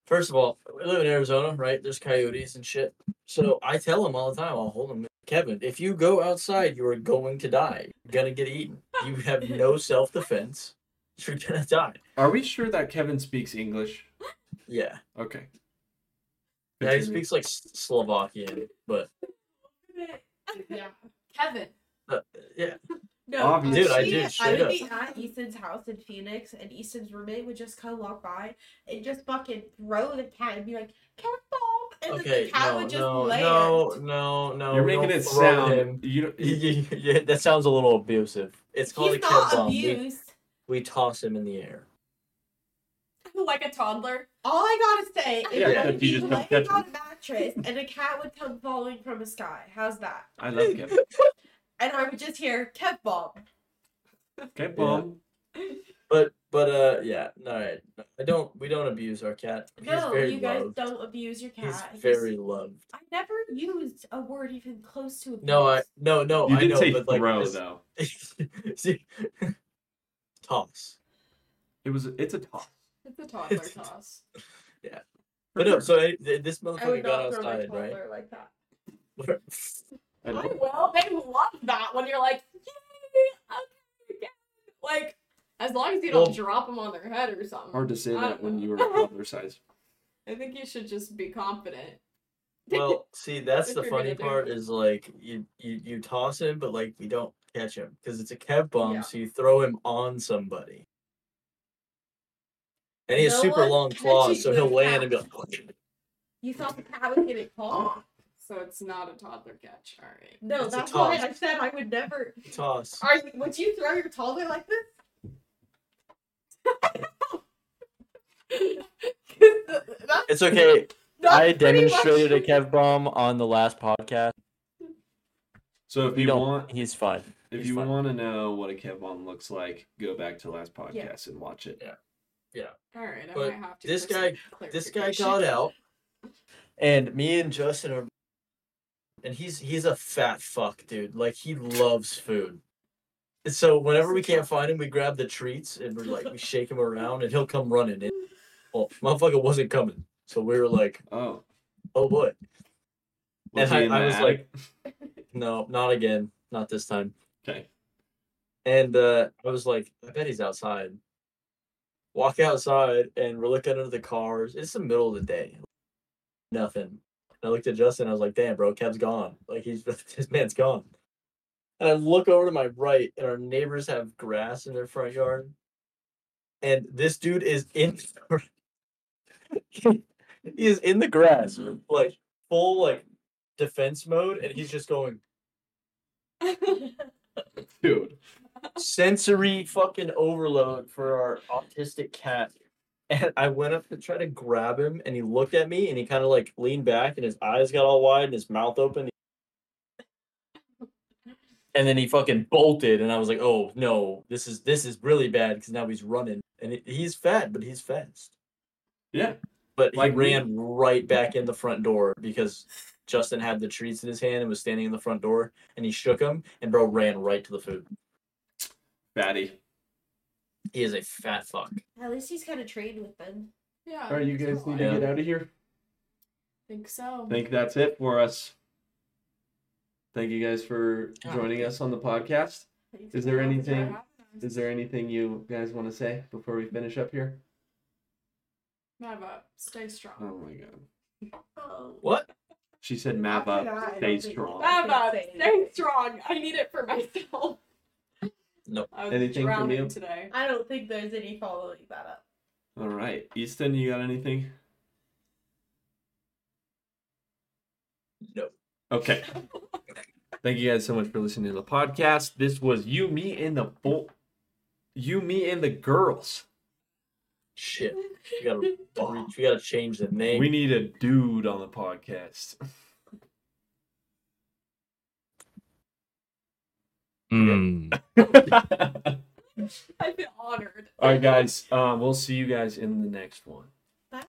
Speaker 2: First of all, we live in Arizona, right? There's coyotes and shit. So I tell him all the time, I'll hold him. Kevin, if you go outside, you are going to die. You're gonna get eaten. You have no self defense. You're gonna die.
Speaker 1: Are we sure that Kevin speaks English?
Speaker 2: Yeah.
Speaker 1: Okay.
Speaker 2: Yeah, he
Speaker 1: Continue.
Speaker 2: speaks like S- Slovakian, but
Speaker 3: Yeah.
Speaker 4: Kevin.
Speaker 2: uh, yeah.
Speaker 3: No,
Speaker 1: Obvious.
Speaker 2: Dude, I
Speaker 3: she-
Speaker 2: did,
Speaker 3: I
Speaker 2: straight
Speaker 3: would
Speaker 2: up.
Speaker 3: be at Easton's house in Phoenix, and Easton's roommate would just come walk by and just fucking throw the cat and be like, cat bomb. And then
Speaker 2: Okay.
Speaker 3: the cat
Speaker 2: no,
Speaker 3: would just
Speaker 2: no,
Speaker 3: land.
Speaker 2: no, no, no.
Speaker 1: You're
Speaker 2: we
Speaker 1: making
Speaker 2: don't
Speaker 1: it
Speaker 2: throw
Speaker 1: sound
Speaker 2: him.
Speaker 1: you don't,
Speaker 2: yeah, yeah, that sounds a little abusive. It's called
Speaker 3: He's
Speaker 2: a kid
Speaker 3: not
Speaker 2: bomb. We,
Speaker 3: abused.
Speaker 2: we toss him in the air.
Speaker 4: like a toddler.
Speaker 3: All I gotta say is
Speaker 1: Yeah,
Speaker 3: that
Speaker 1: except
Speaker 3: would
Speaker 1: you
Speaker 3: be
Speaker 1: just don't
Speaker 3: laying
Speaker 1: catch
Speaker 3: on a mattress and a cat would come falling from a sky. How's that?
Speaker 1: I love Kevin.
Speaker 3: And I would just hear cat bomb.
Speaker 1: Okay, bomb.
Speaker 2: But but uh yeah, all right. I don't we don't abuse our cat. He's
Speaker 3: No,
Speaker 2: very
Speaker 3: you guys
Speaker 2: loved.
Speaker 3: don't abuse your cat.
Speaker 2: He's
Speaker 3: He's-
Speaker 2: very loved.
Speaker 3: I never used a word even close to abuse.
Speaker 2: No, I no no
Speaker 1: You
Speaker 2: Oh, I
Speaker 1: did
Speaker 2: know,
Speaker 1: say
Speaker 2: but like
Speaker 1: throw
Speaker 2: this-
Speaker 1: though.
Speaker 2: See, toss.
Speaker 1: It was it's a toss.
Speaker 4: It's a toddler toss.
Speaker 2: But no, so I, th- this
Speaker 3: I would
Speaker 2: motherfucker got
Speaker 3: not throw my
Speaker 2: outside, right?
Speaker 3: toddler like that.
Speaker 1: I
Speaker 4: I
Speaker 1: know.
Speaker 4: will. They love that when you're like, yay, okay, yeah." Like, as long as you
Speaker 2: Well-
Speaker 4: don't drop them on their head or something.
Speaker 1: Hard to say
Speaker 4: I
Speaker 1: that
Speaker 4: don't
Speaker 1: when
Speaker 4: know.
Speaker 1: you were toddler size.
Speaker 4: I think you should just be confident.
Speaker 2: well, see, that's
Speaker 4: If
Speaker 2: the
Speaker 4: you're gonna
Speaker 2: funny
Speaker 4: do
Speaker 2: part
Speaker 4: it.
Speaker 2: is like you, you you toss him, but like we don't catch him because it's a kev bomb,
Speaker 4: Yeah.
Speaker 2: so you throw him on somebody. And he has
Speaker 3: No
Speaker 2: super
Speaker 3: one
Speaker 2: long
Speaker 3: catches
Speaker 2: claws, so he'll
Speaker 3: those
Speaker 2: land and be like,
Speaker 3: You thought the cat was getting caught?
Speaker 4: So it's not a toddler catch. All right.
Speaker 3: No,
Speaker 2: It's a
Speaker 3: that's why
Speaker 2: toss.
Speaker 3: I said I would never.
Speaker 2: toss.
Speaker 3: Are you, would you throw your toddler like this? That's
Speaker 2: It's okay. I
Speaker 3: pretty much-
Speaker 2: demonstrated a kev bomb on the last podcast.
Speaker 1: So if
Speaker 2: You
Speaker 1: you
Speaker 2: don't.
Speaker 1: want
Speaker 2: He's fine.
Speaker 1: If
Speaker 2: He's
Speaker 1: you
Speaker 2: fine.
Speaker 1: want to know what a kev bomb looks like, go back to last podcast
Speaker 3: Yeah.
Speaker 1: and watch it.
Speaker 2: Yeah.
Speaker 4: All right. I
Speaker 2: But
Speaker 4: might have to.
Speaker 2: this
Speaker 4: for some
Speaker 2: guy- This guy
Speaker 4: clarification.
Speaker 2: got out, and me and Justin are, and he's he's a fat fuck, dude. Like he loves food. And So whenever we can't find him, we grab the treats and we're like we shake him around, and he'll come running. in. well, motherfucker wasn't coming, so we were like,
Speaker 1: Oh,
Speaker 2: oh boy,
Speaker 1: was
Speaker 2: And
Speaker 1: he
Speaker 2: I-
Speaker 1: in
Speaker 2: I
Speaker 1: the
Speaker 2: was
Speaker 1: attic?
Speaker 2: no, not again, not this time.
Speaker 1: okay.
Speaker 2: And uh, I was like, I bet he's outside. Walk outside, and we're looking under the cars. It's the middle of the day. Nothing. And I looked at Justin. I was like, damn, bro, Kev's gone. Like, he's this man's gone. And I look over to my right, and our neighbors have grass in their front yard. And this dude is in. he is in the grass, like full like defense mode, and he's just going.
Speaker 1: Dude,
Speaker 2: sensory fucking overload for our autistic cat. And I went up to try to grab him, and he looked at me, and he kind of like leaned back, and his eyes got all wide, and his mouth open. And then he fucking bolted, and I was like, "Oh no, this is this is really bad because now he's running, and it, he's fat, but he's fast."
Speaker 1: Yeah.
Speaker 2: But he
Speaker 1: Like me.
Speaker 2: ran right back in the front door because Justin had the treats in his hand and was standing in the front door, and he shook him, and bro ran right to the food.
Speaker 1: Fatty.
Speaker 2: He is a fat fuck.
Speaker 3: At least he's kind of trained with them.
Speaker 4: Yeah.
Speaker 1: All right, you guys
Speaker 4: so
Speaker 1: need
Speaker 4: I
Speaker 1: to get
Speaker 2: Yeah.
Speaker 1: out of here.
Speaker 4: think so.
Speaker 1: I think that's it for us. Thank you guys for
Speaker 2: Ah.
Speaker 1: joining us on the podcast.
Speaker 4: Thanks
Speaker 1: Is
Speaker 4: for
Speaker 1: there
Speaker 4: having us.
Speaker 1: anything- Is there anything you guys want to say before we finish up here?
Speaker 4: Mad up. Stay strong.
Speaker 1: Oh my god.
Speaker 3: Oh.
Speaker 2: What?
Speaker 1: She said map up,
Speaker 3: forgot.
Speaker 1: stay strong.
Speaker 4: Mad up.
Speaker 3: Oh, Say it.
Speaker 4: Stay strong. I need it for myself.
Speaker 2: No.
Speaker 4: I was
Speaker 1: Anything from
Speaker 4: drowning
Speaker 1: you?
Speaker 4: today.
Speaker 3: I don't think there's any following that up.
Speaker 1: All right. Easton, you got anything?
Speaker 2: No.
Speaker 1: Okay. Thank you guys so much for listening to the podcast. This was you, me, and the bo- you, me, and the girls.
Speaker 2: Shit. We gotta, re- we gotta change the name.
Speaker 1: We need a dude on the podcast. All
Speaker 4: I feel honored.
Speaker 1: Um, right, guys. Uh, we'll see you guys in the next one.